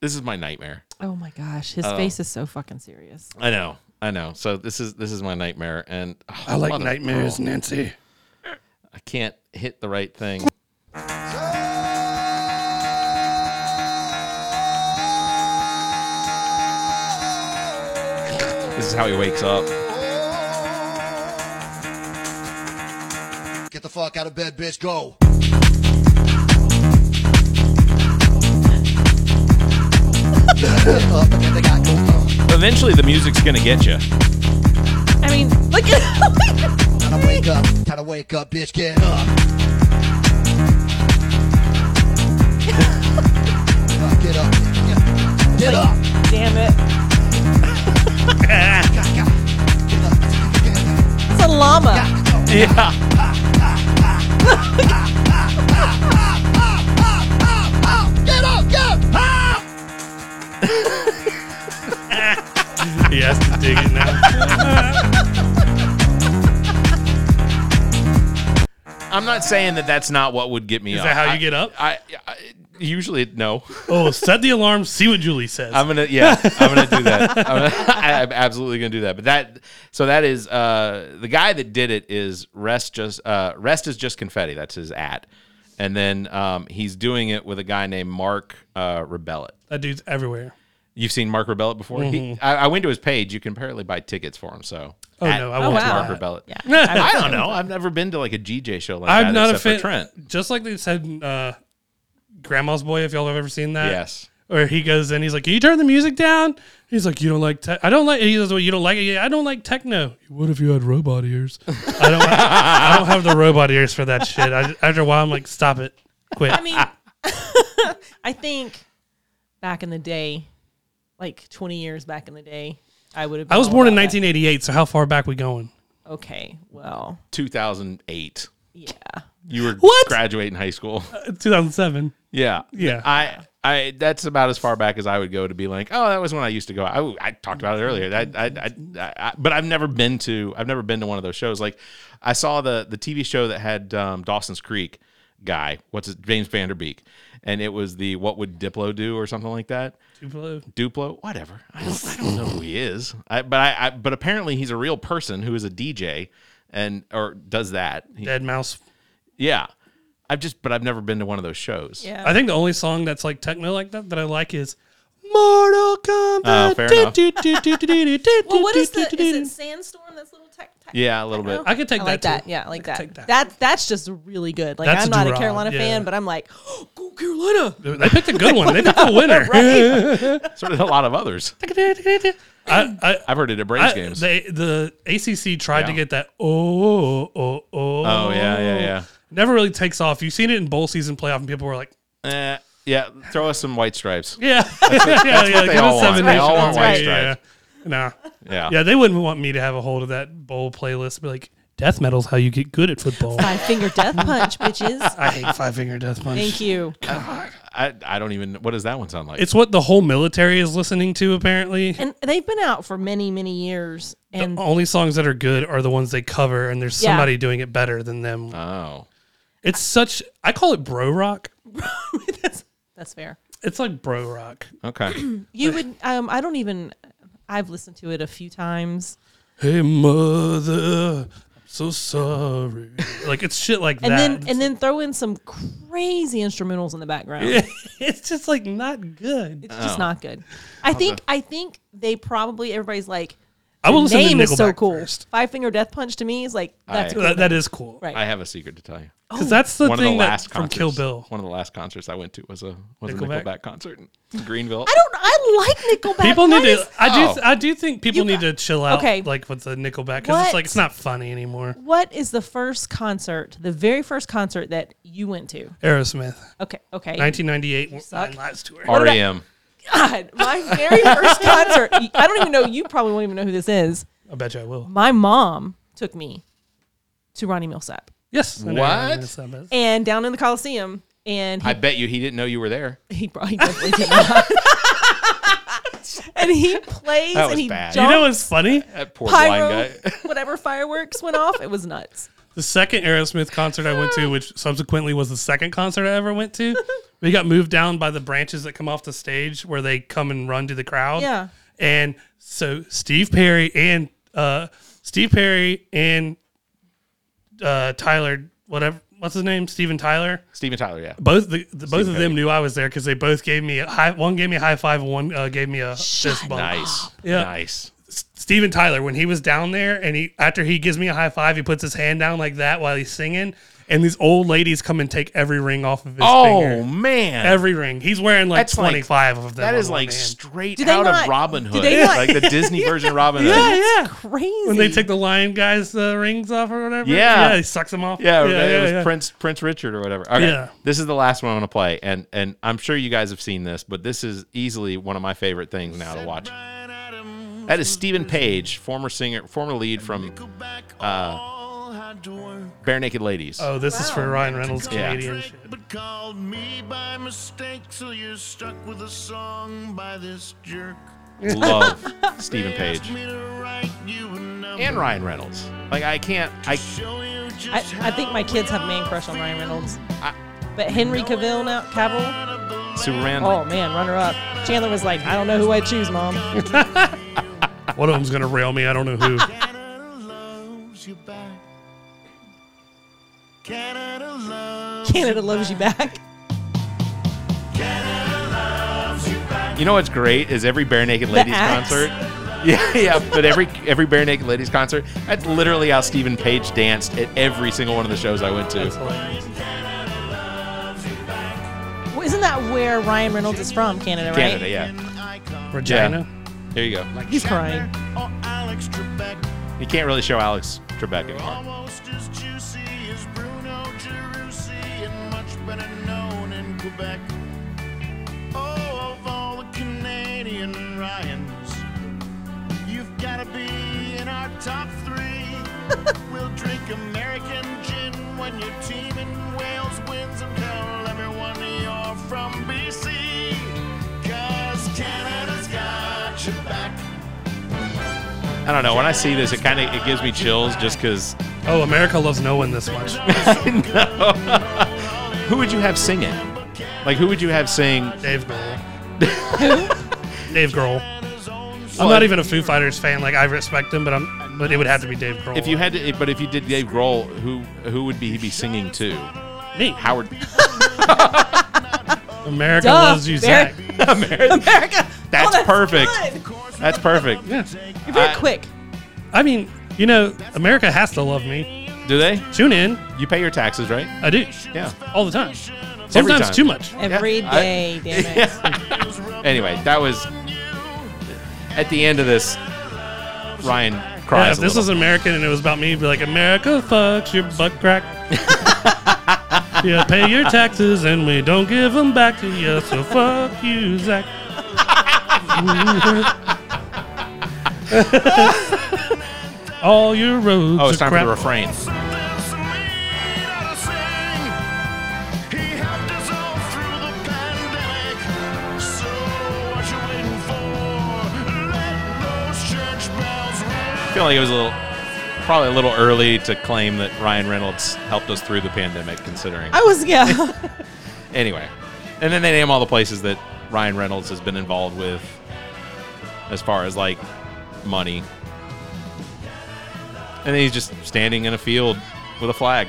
Speaker 1: this is my nightmare.
Speaker 3: Oh my gosh, his
Speaker 1: Oh.
Speaker 3: face is so fucking serious.
Speaker 1: I know, I know. So this is this is my nightmare, and oh,
Speaker 2: I like
Speaker 1: mother-
Speaker 2: nightmares,
Speaker 1: oh.
Speaker 2: Nancy.
Speaker 1: I can't hit the right thing. This is how he wakes up.
Speaker 16: Get the fuck out of bed, bitch. Go.
Speaker 1: Eventually, the music's gonna get you.
Speaker 3: I mean, look at
Speaker 16: Time to wake up. Time to wake up, bitch. Get up. Get up. Get up.
Speaker 3: Damn it. It's a llama.
Speaker 1: Yeah.
Speaker 16: Get up. Get up.
Speaker 2: He has to dig it now.
Speaker 1: I'm not saying that that's not what would get me
Speaker 2: Is
Speaker 1: up.
Speaker 2: that how you
Speaker 1: I-
Speaker 2: get up?
Speaker 1: I, I usually no.
Speaker 2: oh, set the alarm. See what Julie says.
Speaker 1: I'm gonna yeah, I'm gonna do that. I'm, I'm absolutely gonna do that. But that so that is uh the guy that did it is rest just uh rest is just confetti. That's his at, and then um he's doing it with a guy named Mark uh Rebellet.
Speaker 2: That dude's everywhere.
Speaker 1: You've seen Mark Rebellet before. He,
Speaker 2: Mhm.
Speaker 1: I, I went to his page. You can apparently buy tickets for him. So
Speaker 2: Oh,
Speaker 1: At-
Speaker 2: no, I
Speaker 1: at
Speaker 2: won't do
Speaker 1: Mark
Speaker 2: that.
Speaker 1: Rebellet.
Speaker 2: Yeah.
Speaker 1: I don't know. I've never been to like a GJ show like that
Speaker 2: I'm not a fan.
Speaker 1: except for Trent.
Speaker 2: Just like they said, uh, Grandma's Boy. If y'all have ever seen that,
Speaker 1: Yes.
Speaker 2: Or he goes and he's like, "Can you turn the music down?" He's like, "You don't like te- I don't like." He goes, "Well, you don't like it? Yeah, I don't like techno." What if you had robot ears? I don't. I, don't have the robot ears for that shit. I, after a while, I'm like, "Stop it, quit."
Speaker 3: I mean,
Speaker 2: Ah.
Speaker 3: I think back in the day, like 20 years back in the day, I would have.
Speaker 2: I was
Speaker 3: all
Speaker 2: born in
Speaker 3: about
Speaker 2: 1988, so how far back we going?
Speaker 3: that. Okay, well,
Speaker 1: 2008.
Speaker 3: Yeah.
Speaker 1: You were
Speaker 2: What?
Speaker 1: graduating high school.
Speaker 2: 2007.
Speaker 1: Yeah.
Speaker 2: Yeah.
Speaker 1: I I that's about as far back as I would go to be like, oh, that was when I used to go. I, I talked about it earlier. I, I, I, I but I've never been to I've never been to one of those shows. Like I saw the the TV show that had um, Dawson's Creek guy. What's his James Vanderbeek, and it was the what would Diplo do or something like that.
Speaker 2: Duplo.
Speaker 1: Duplo, whatever. I don't, I don't know who he is, I, but I, I but apparently he's a real person who is a DJ and or does that. He-
Speaker 2: Dead Mouse.
Speaker 1: yeah, I've just but I've never been to one of those shows.
Speaker 2: I think the only song that's like techno like that that I like is Mortal Kombat.
Speaker 1: Oh, fair enough.
Speaker 3: Well, what is the?
Speaker 2: Do, do, do,
Speaker 3: Is
Speaker 2: do.
Speaker 3: it Sandstorm? That's little tech.
Speaker 1: Yeah, a little bit.
Speaker 2: I could take
Speaker 3: I
Speaker 2: that
Speaker 3: like that.
Speaker 2: too.
Speaker 3: Yeah, I like that.
Speaker 2: take
Speaker 3: that. that's just really good. Like
Speaker 2: That's
Speaker 3: I'm
Speaker 2: a
Speaker 3: not a
Speaker 2: do-rod,
Speaker 3: Carolina
Speaker 2: yeah.
Speaker 3: fan, but I'm like, "Oh, go Carolina.
Speaker 2: They picked a good one. They picked a winner.
Speaker 1: so did a lot of others.
Speaker 2: I, I,
Speaker 1: I've heard it at Braves
Speaker 2: I-
Speaker 1: games.
Speaker 2: They, the ACC tried to
Speaker 1: Yeah.
Speaker 2: get that. Oh, oh, oh.
Speaker 1: Oh, yeah, yeah, yeah.
Speaker 2: Never really takes off. You've seen it in bowl season playoff, and people were like,
Speaker 1: Eh, yeah, throw us some white stripes.
Speaker 2: "Yeah,
Speaker 1: that's what, that's
Speaker 2: yeah,
Speaker 1: what
Speaker 2: yeah,
Speaker 1: they
Speaker 2: give
Speaker 1: all
Speaker 2: us
Speaker 1: want.
Speaker 2: seven
Speaker 1: They all
Speaker 2: nations."
Speaker 1: want white
Speaker 2: Yeah, yeah,
Speaker 1: stripes.
Speaker 2: yeah. Nah.
Speaker 1: Yeah.
Speaker 2: yeah, they wouldn't want me to have a hold of that bowl playlist. and Be like, death metal's how you get good at football.
Speaker 3: Five finger death punch, bitches.
Speaker 2: I hate five finger death punch.
Speaker 3: Thank you.
Speaker 1: I, I don't even. What does that one sound like?
Speaker 2: It's what the whole military is listening to, apparently.
Speaker 3: And they've been out for many, many years, and
Speaker 2: the only songs that are good are the ones they cover, and there's
Speaker 3: Yeah.
Speaker 2: somebody doing it better than them.
Speaker 1: Oh.
Speaker 2: It's such, I call it bro rock.
Speaker 3: that's fair.
Speaker 2: It's like bro rock.
Speaker 1: Okay.
Speaker 3: You would. Um, I don't even. I've listened to it a few times,
Speaker 2: hey, mother, I'm so sorry. Like, it's shit like
Speaker 3: and
Speaker 2: that.
Speaker 3: then and then throw in some crazy instrumentals in the background.
Speaker 2: Yeah. it's just like not good.
Speaker 3: It's just
Speaker 2: Oh.
Speaker 3: not good. I think I think they probably everybody's like.
Speaker 2: I will
Speaker 3: the
Speaker 2: listen to
Speaker 3: name is so
Speaker 2: Nickelback
Speaker 3: cool. Five Finger Death Punch to me is like that's
Speaker 1: I-
Speaker 3: cool.
Speaker 1: That- that
Speaker 2: is cool.
Speaker 3: Right. Oh.
Speaker 1: I have a secret to tell you.
Speaker 2: 'Cause that's the thing that- from
Speaker 1: concerts-
Speaker 2: Kill Bill.
Speaker 1: One of the last concerts I went to was a was
Speaker 2: Nickelback?
Speaker 1: a Nickelback concert in Greenville.
Speaker 3: I don't. I like Nickelback.
Speaker 2: People need
Speaker 3: That
Speaker 2: to.
Speaker 3: is-
Speaker 2: I do.
Speaker 1: Oh.
Speaker 2: I do think people need to chill out.
Speaker 3: Okay.
Speaker 2: Like with the Nickelback, because it's
Speaker 3: What?
Speaker 2: like it's not funny anymore.
Speaker 3: What is the first concert? The very first concert that you went to?
Speaker 2: Aerosmith.
Speaker 3: Okay. Okay.
Speaker 2: 1998.
Speaker 3: You suck.
Speaker 2: Nine Lives Tour.
Speaker 3: What about-
Speaker 1: REM.
Speaker 3: God, my very first concert. I don't even know. You probably won't even know who this is.
Speaker 2: I bet you I will.
Speaker 3: My mom took me to Ronnie Millsap.
Speaker 2: Yes. I know Ronnie What? Millsap is.
Speaker 3: And down in the Coliseum, and he,
Speaker 1: I bet you he didn't know you were there.
Speaker 3: he probably definitely did not. and he plays
Speaker 1: That was
Speaker 3: and he
Speaker 1: bad.
Speaker 3: jumps.
Speaker 2: You know what's funny?
Speaker 1: That poor
Speaker 3: pyro,
Speaker 1: blind guy.
Speaker 3: whatever fireworks went off. It was nuts.
Speaker 2: The second Aerosmith concert I went to, which subsequently was the second concert I ever went to, we got moved down by the branches that come off the stage where they come and run to the crowd.
Speaker 3: Yeah.
Speaker 2: And so Steve Perry and uh, Steve Perry and uh, Tyler, whatever, what's his name? Steven Tyler.
Speaker 1: Steven Tyler, yeah.
Speaker 2: Both the, the both
Speaker 1: Stephen
Speaker 2: of them knew I was there because they both gave me a high. One gave me a high five. and One uh, gave me a fist bump.
Speaker 1: Nice.
Speaker 2: Yeah.
Speaker 1: Nice.
Speaker 2: Steven Tyler, when he was down there and he after he gives me a high five, he puts his hand down like that while he's singing, and these old ladies come and take every ring off of his
Speaker 1: Oh,
Speaker 2: finger.
Speaker 1: man.
Speaker 2: Every ring. He's wearing like
Speaker 1: That's like-
Speaker 2: twenty five of them.
Speaker 1: That
Speaker 2: on
Speaker 1: is
Speaker 2: one
Speaker 1: like
Speaker 2: hand.
Speaker 1: straight
Speaker 2: Do they
Speaker 1: out
Speaker 2: not-
Speaker 1: of Robin
Speaker 2: do
Speaker 1: Hood,
Speaker 2: they not-
Speaker 1: like the Disney version of Robin Hood.
Speaker 2: Yeah, yeah.
Speaker 3: Crazy.
Speaker 2: When they take the lion guy's uh, rings off or whatever.
Speaker 1: Yeah.
Speaker 2: Yeah, he sucks them off.
Speaker 1: Yeah,
Speaker 2: yeah,
Speaker 1: it
Speaker 2: yeah,
Speaker 1: was
Speaker 2: yeah.
Speaker 1: Prince Prince Richard or whatever. Okay.
Speaker 2: Yeah.
Speaker 1: This is the last one I'm gonna play, and and I'm sure you guys have seen this, but this is easily one of my favorite things now to watch. That is Stephen Page, former singer, former lead from uh, Bare Naked Ladies.
Speaker 2: Oh, this is for Ryan Reynolds Canadian shit.
Speaker 17: But called me by mistake, so you're stuck with a song by this jerk.
Speaker 1: Love Stephen
Speaker 17: They
Speaker 1: Page
Speaker 17: asked me to write you a number.
Speaker 1: and Ryan Reynolds. Like I can't. I
Speaker 3: I, I think my kids have man crush on Ryan Reynolds. but Henry Cavill now, Cavill.
Speaker 1: Superman.
Speaker 3: Oh man, runner up. Chandler was like, I don't know who I choose, mom.
Speaker 2: One of them's gonna rail me. I don't know who.
Speaker 3: Canada loves you back.
Speaker 1: You know what's great is every Bare Naked
Speaker 3: The
Speaker 1: Ladies
Speaker 3: axe.
Speaker 1: concert. Yeah, yeah, but every every Bare Naked Ladies concert, that's literally how Stephen Page danced at every single one of the shows I went to.
Speaker 2: Wait,
Speaker 3: Isn't that where Ryan Reynolds is from? Canada, right?
Speaker 1: Canada, yeah.
Speaker 2: Regina.
Speaker 1: Yeah. There you go.
Speaker 3: He's crying.
Speaker 1: You can't really show Alex Trebek anymore.
Speaker 17: Almost as juicy as Bruno Gerussi and much better known in Quebec. Oh, of all the Canadian Ryans, you've got to be in our top three. we'll drink American gin when your team in Wales wins and tell everyone you're from BC. Cause Canada's got your back.
Speaker 1: I don't know. When I see this, it kind of it gives me chills just because.
Speaker 2: Oh, America loves no one this much.
Speaker 1: who would you have sing it? Like, who would you have sing?
Speaker 2: Dave Grohl. Dave Grohl. I'm not even a Foo Fighters fan. Like I respect them, but I'm but it would have to be Dave Grohl.
Speaker 1: If you had to, but if you did Dave Grohl, who who would be he be singing to?
Speaker 2: Me.
Speaker 1: Howard.
Speaker 2: America
Speaker 3: Duh,
Speaker 2: loves you, Zach.
Speaker 1: America.
Speaker 3: America.
Speaker 1: That's,
Speaker 3: Oh, that's
Speaker 1: perfect.
Speaker 3: good.
Speaker 1: That's perfect.
Speaker 3: You're very quick.
Speaker 2: I mean, you know, America has to love me.
Speaker 1: Do they?
Speaker 2: Tune in.
Speaker 1: You pay your taxes, right?
Speaker 2: I do.
Speaker 1: Yeah.
Speaker 2: All the time.
Speaker 1: Every
Speaker 2: Sometimes
Speaker 1: time.
Speaker 2: too much.
Speaker 3: Every
Speaker 1: I-
Speaker 3: day, damn it.
Speaker 1: Anyway, that was at the end of this. Ryan cries.
Speaker 2: Yeah, if this
Speaker 1: a little.
Speaker 2: was American and it was about me, it'd be like, America fucks your butt crack. yeah, pay your taxes and we don't give them back to you, so fuck you, Zach. All your roads
Speaker 1: oh, it's
Speaker 2: are
Speaker 1: time for the
Speaker 2: crap.
Speaker 1: refrain.
Speaker 17: So what you waiting for? Let those church bells ring.
Speaker 1: I feel like it was a little, probably a little early to claim that Ryan Reynolds helped us through the pandemic, considering.
Speaker 3: I was yeah.
Speaker 1: Anyway, and then they name all the places that Ryan Reynolds has been involved with, as far as like money. And then he's just standing in a field with a flag,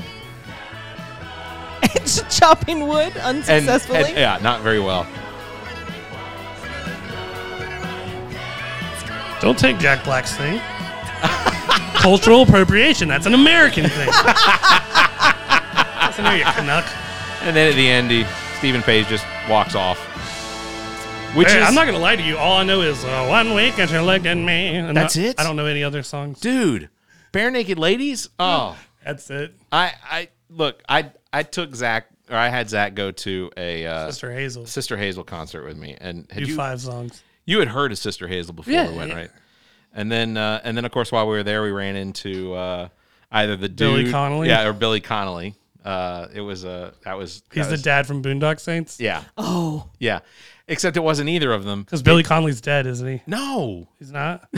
Speaker 3: chopping wood
Speaker 1: and, and-
Speaker 3: unsuccessfully.
Speaker 1: yeah, not very well.
Speaker 2: Don't take Jack Black's thing. Cultural appropriation. That's an American thing. Listen here, you Canuck.
Speaker 1: And then at the end, he, Stephen Page just walks off. Which
Speaker 2: Hey,
Speaker 1: is
Speaker 2: I'm not gonna lie to you. All I know is uh, one week and you're looking at me. And
Speaker 1: That's
Speaker 2: I-
Speaker 1: it?
Speaker 2: I don't know any other songs.
Speaker 1: dude, bare naked ladies. Oh,
Speaker 2: That's it.
Speaker 1: I, I look, I, I took Zach, or I had Zach go to a uh,
Speaker 2: Sister Hazel.
Speaker 1: Sister Hazel concert with me, and had
Speaker 2: Do five songs.
Speaker 1: You had heard of Sister Hazel before
Speaker 2: Yeah,
Speaker 1: we went,
Speaker 2: yeah.
Speaker 1: right? And then, uh, and then, of course, while we were there, we ran into uh, either the dude,
Speaker 2: Billy Connolly?
Speaker 1: yeah, or Billy Connolly. Uh, it was uh, that was that
Speaker 2: He's the
Speaker 1: was-
Speaker 2: dad from Boondock Saints.
Speaker 1: yeah,
Speaker 3: Oh.
Speaker 1: yeah. Except it wasn't either of them
Speaker 2: Because Billy Conley's dead, isn't he?
Speaker 1: No,
Speaker 2: he's not.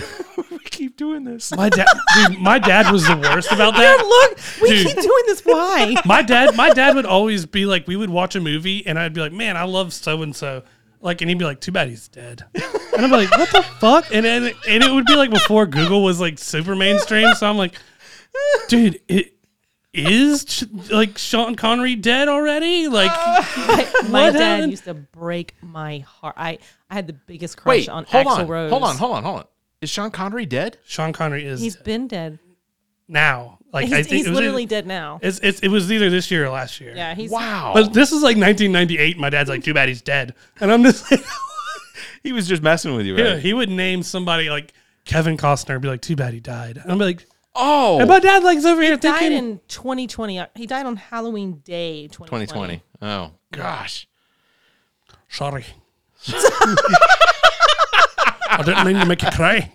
Speaker 1: we keep doing this.
Speaker 2: My dad, dude, my dad was the worst about
Speaker 3: Yeah,
Speaker 2: that.
Speaker 3: look, we
Speaker 2: Dude.
Speaker 3: keep doing this. Why?
Speaker 2: My dad, my dad would always be like, we would watch a movie, and I'd be like, man, I love so and so, like, and he'd be like, too bad he's dead, and I'm like, what the fuck? And and, and it would be like before Google was like super mainstream, so I'm like, dude, it is ch- like Sean Connery dead already? Like,
Speaker 3: my
Speaker 2: What
Speaker 3: dad
Speaker 2: happened?
Speaker 3: used to break my heart. I, I had the biggest crush
Speaker 1: Wait,
Speaker 3: on
Speaker 1: hold
Speaker 3: Axl
Speaker 1: on,
Speaker 3: Rose.
Speaker 1: hold on, hold on, hold on. Is Sean Connery dead?
Speaker 2: Sean Connery is
Speaker 3: He's been dead.
Speaker 2: now. Like, I
Speaker 3: he's,
Speaker 2: think
Speaker 3: he's
Speaker 2: it was
Speaker 3: literally
Speaker 2: either-
Speaker 3: dead now.
Speaker 2: It's, it's, it was either this year or last year.
Speaker 3: Yeah, he's
Speaker 1: Wow.
Speaker 2: But this is like 1998. My dad's like, too bad he's dead. And I'm just like,
Speaker 1: He was just messing with you, right?
Speaker 2: yeah, he would name somebody like Kevin Costner and be like, too bad he died. And I'm like,
Speaker 1: oh,
Speaker 2: and my dad likes over here
Speaker 3: He died
Speaker 2: thinking.
Speaker 3: in 2020. He died on Halloween Day 2020.
Speaker 1: 2020. Oh gosh.
Speaker 2: Sorry. I didn't mean to make you cry.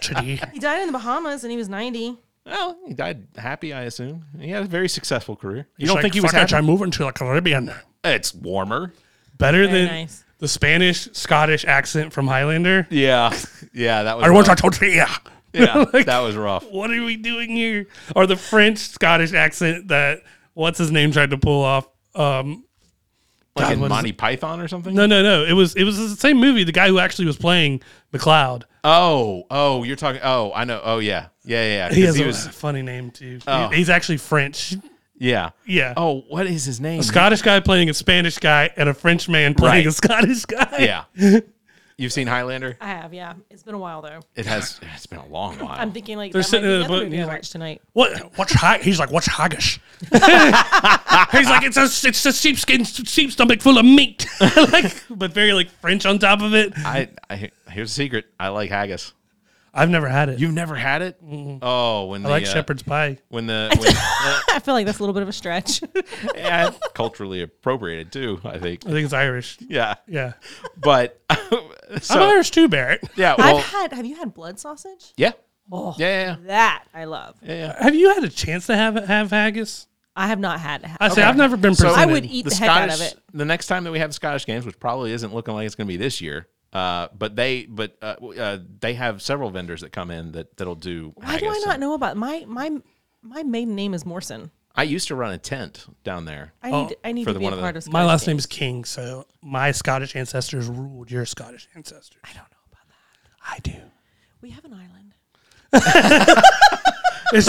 Speaker 2: Chitty.
Speaker 3: He died in the Bahamas and he was 90.
Speaker 1: Well, he died happy, I assume. He had a very successful career. You
Speaker 2: He's
Speaker 1: don't
Speaker 2: like,
Speaker 1: think he was
Speaker 2: "Fuck it,
Speaker 1: happy?
Speaker 2: I'm moving to the Caribbean.
Speaker 1: It's warmer.
Speaker 2: Better
Speaker 3: Very
Speaker 2: than
Speaker 3: nice.
Speaker 2: the Spanish Scottish accent from Highlander.
Speaker 1: Yeah, yeah, that was.
Speaker 2: I want a
Speaker 1: rough.
Speaker 2: tortilla.
Speaker 1: Yeah, that was rough.
Speaker 2: What are we doing here? Or the French Scottish accent that what's his name tried to pull off? Um,
Speaker 1: Like
Speaker 2: God,
Speaker 1: in
Speaker 2: what is
Speaker 1: Monty
Speaker 2: it?
Speaker 1: Python or something.
Speaker 2: No, no, no. It was it was the same movie. The guy who actually was playing McLeod.
Speaker 1: Oh, oh, you're talking. Oh, I know. Oh, yeah, yeah, yeah. yeah, 'cause
Speaker 2: He has
Speaker 1: he
Speaker 2: a
Speaker 1: was.
Speaker 2: funny name too. He-
Speaker 1: Oh.
Speaker 2: He's actually French.
Speaker 1: Yeah.
Speaker 2: Yeah.
Speaker 1: Oh, what is his name?
Speaker 2: A Scottish guy playing a Spanish guy and a French man playing
Speaker 1: Right.
Speaker 2: a Scottish guy.
Speaker 1: Yeah. You've seen Highlander?
Speaker 3: I have, yeah. It's been a while though.
Speaker 1: It has. It's been a long while.
Speaker 3: I'm thinking like
Speaker 2: They're
Speaker 3: that
Speaker 2: sitting
Speaker 3: might be
Speaker 2: in the
Speaker 3: another
Speaker 2: boat and
Speaker 3: movie
Speaker 2: he's
Speaker 3: I
Speaker 2: like,
Speaker 3: watched tonight.
Speaker 2: What? What's hag? He's like, what's haggish? he's like, it's a it's a sheepskin sheep stomach full of meat, like, but very like French on top of it.
Speaker 1: I, I here's a secret. I like haggis.
Speaker 2: I've never had it.
Speaker 1: You've never had it? Oh, when
Speaker 2: I
Speaker 1: the,
Speaker 2: like
Speaker 1: uh,
Speaker 2: shepherd's pie.
Speaker 1: When the when, uh,
Speaker 3: I feel like that's a little bit of a stretch.
Speaker 1: yeah, culturally appropriated too. I think.
Speaker 2: I think it's Irish.
Speaker 1: Yeah.
Speaker 2: Yeah.
Speaker 1: But so-
Speaker 2: I'm Irish too, Barrett.
Speaker 1: Yeah.
Speaker 3: I've
Speaker 1: Well.
Speaker 3: had. Have you had blood sausage?
Speaker 1: Yeah.
Speaker 3: Oh,
Speaker 1: yeah, yeah, yeah.
Speaker 3: That I love.
Speaker 2: Have you had a chance to have have haggis?
Speaker 3: I have not had. Ha-
Speaker 2: I say I've never been.
Speaker 3: I
Speaker 2: presented.
Speaker 3: would eat the, heck
Speaker 1: Scottish,
Speaker 3: out of it.
Speaker 1: The next time that we have Scottish games, which probably isn't looking like it's going to be this year, uh, but they but uh, w- uh, they have several vendors that come in that that'll do. uh,
Speaker 3: Why do I
Speaker 1: haggis.
Speaker 3: not know about my my my maiden name is Morrison.
Speaker 1: I used to run a tent down there.
Speaker 3: I
Speaker 2: Oh,
Speaker 3: need I need
Speaker 1: for
Speaker 3: to
Speaker 1: the-
Speaker 3: be
Speaker 1: one
Speaker 3: a
Speaker 1: the-
Speaker 3: part of.
Speaker 2: My last name is King, so my Scottish ancestors ruled your Scottish ancestors. I don't know about that. I do.
Speaker 3: We have an island.
Speaker 2: It's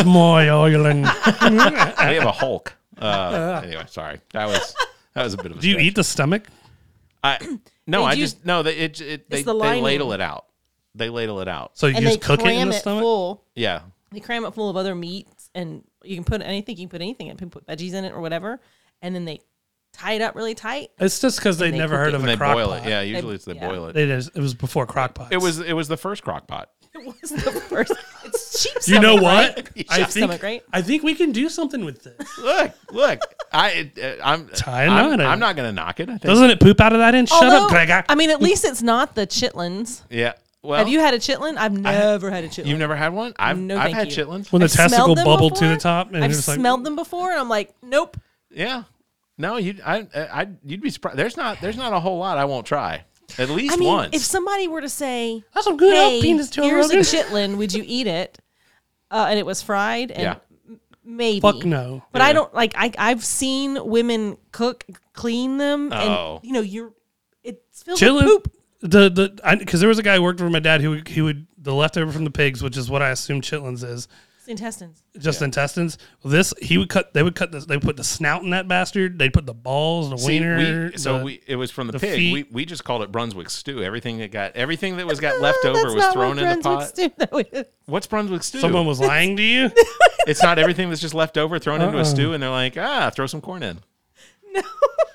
Speaker 2: my island.
Speaker 1: they have a Hulk. Uh, anyway, sorry. That was that was a bit of. a
Speaker 2: Do you
Speaker 1: stretch.
Speaker 2: eat the stomach?
Speaker 1: I no,
Speaker 3: They
Speaker 1: I
Speaker 3: do-
Speaker 1: just no. They it, it they,
Speaker 3: It's the
Speaker 1: they
Speaker 3: lining.
Speaker 1: ladle it out. They ladle it out.
Speaker 2: So you
Speaker 3: and
Speaker 2: just
Speaker 3: they
Speaker 2: cook it in
Speaker 3: cram
Speaker 2: the
Speaker 3: it
Speaker 2: stomach.
Speaker 3: full.
Speaker 1: yeah,
Speaker 3: They cram it full of other meats, and you can put anything. You can put anything. in. You can put veggies in it or whatever, and then they tie it up really tight.
Speaker 2: It's just because they
Speaker 3: And they
Speaker 2: never
Speaker 3: cook
Speaker 2: heard
Speaker 3: it.
Speaker 2: of
Speaker 1: And
Speaker 2: a
Speaker 1: they
Speaker 2: crock
Speaker 1: boil
Speaker 2: pot.
Speaker 1: it. Yeah, usually it's they boil it.
Speaker 2: They just, it was before crock pot.
Speaker 1: It was it was the first crock pot.
Speaker 3: It was the first. It's cheap.
Speaker 2: You know
Speaker 3: stomach,
Speaker 2: what?
Speaker 3: right? Cheap
Speaker 2: I think
Speaker 3: stomach, right?
Speaker 2: I think we can do something with this.
Speaker 1: Look, look. I uh, I'm
Speaker 2: Tie a
Speaker 1: I'm,
Speaker 2: knot in.
Speaker 1: I'm not gonna knock it. I think.
Speaker 2: Doesn't it poop out of that end? Shut
Speaker 3: Although,
Speaker 2: up, Gregor.
Speaker 3: I mean, at least it's not the chitlins.
Speaker 1: Yeah. Well,
Speaker 3: have you had a chitlin? I've never had a chitlin.
Speaker 1: You've never had one? I've
Speaker 3: No,
Speaker 1: I've
Speaker 3: thank
Speaker 1: had
Speaker 3: you.
Speaker 1: chitlins.
Speaker 2: When the
Speaker 3: I've smelled
Speaker 2: testicle
Speaker 3: them
Speaker 2: bubbled to
Speaker 3: before.
Speaker 2: the top, and
Speaker 3: I've
Speaker 2: it's like
Speaker 3: smelled them before, and I'm like, nope.
Speaker 1: Yeah. No, you I I you'd be surprised. There's not there's not a whole lot I won't try. At least
Speaker 3: I mean,
Speaker 1: once.
Speaker 3: if somebody were to say,
Speaker 2: "That's some good
Speaker 3: hey,
Speaker 2: old penis, Joe
Speaker 3: here's a
Speaker 2: Rogan."
Speaker 3: chitlin, would you eat it?" Uh, and it was fried, and
Speaker 1: Yeah.
Speaker 3: m- maybe
Speaker 2: Fuck no.
Speaker 3: But
Speaker 2: Yeah.
Speaker 3: I don't like. I I've seen women cook, clean them,
Speaker 2: Oh.
Speaker 3: and you know, you're it feels
Speaker 2: chilling.
Speaker 3: like poop.
Speaker 2: The the because there was a guy who worked for my dad who he would the leftover from the pigs, which is what I assume chitlins is,
Speaker 3: It's intestines.
Speaker 2: just intestines. This he would cut. They would cut this. They would put the snout in that bastard. They would put the balls, the
Speaker 1: See,
Speaker 2: wiener.
Speaker 1: we, so
Speaker 2: the-
Speaker 1: we it was from the,
Speaker 2: the
Speaker 1: pig.
Speaker 2: feet.
Speaker 1: We, we just called it Brunswick stew. Everything that got everything that was got left over was thrown in the pot. What's Brunswick stew?
Speaker 2: someone was lying to you.
Speaker 1: It's not everything that's just left over thrown into
Speaker 2: Uh-uh.
Speaker 1: a stew, and they're like, ah, throw some corn in. No.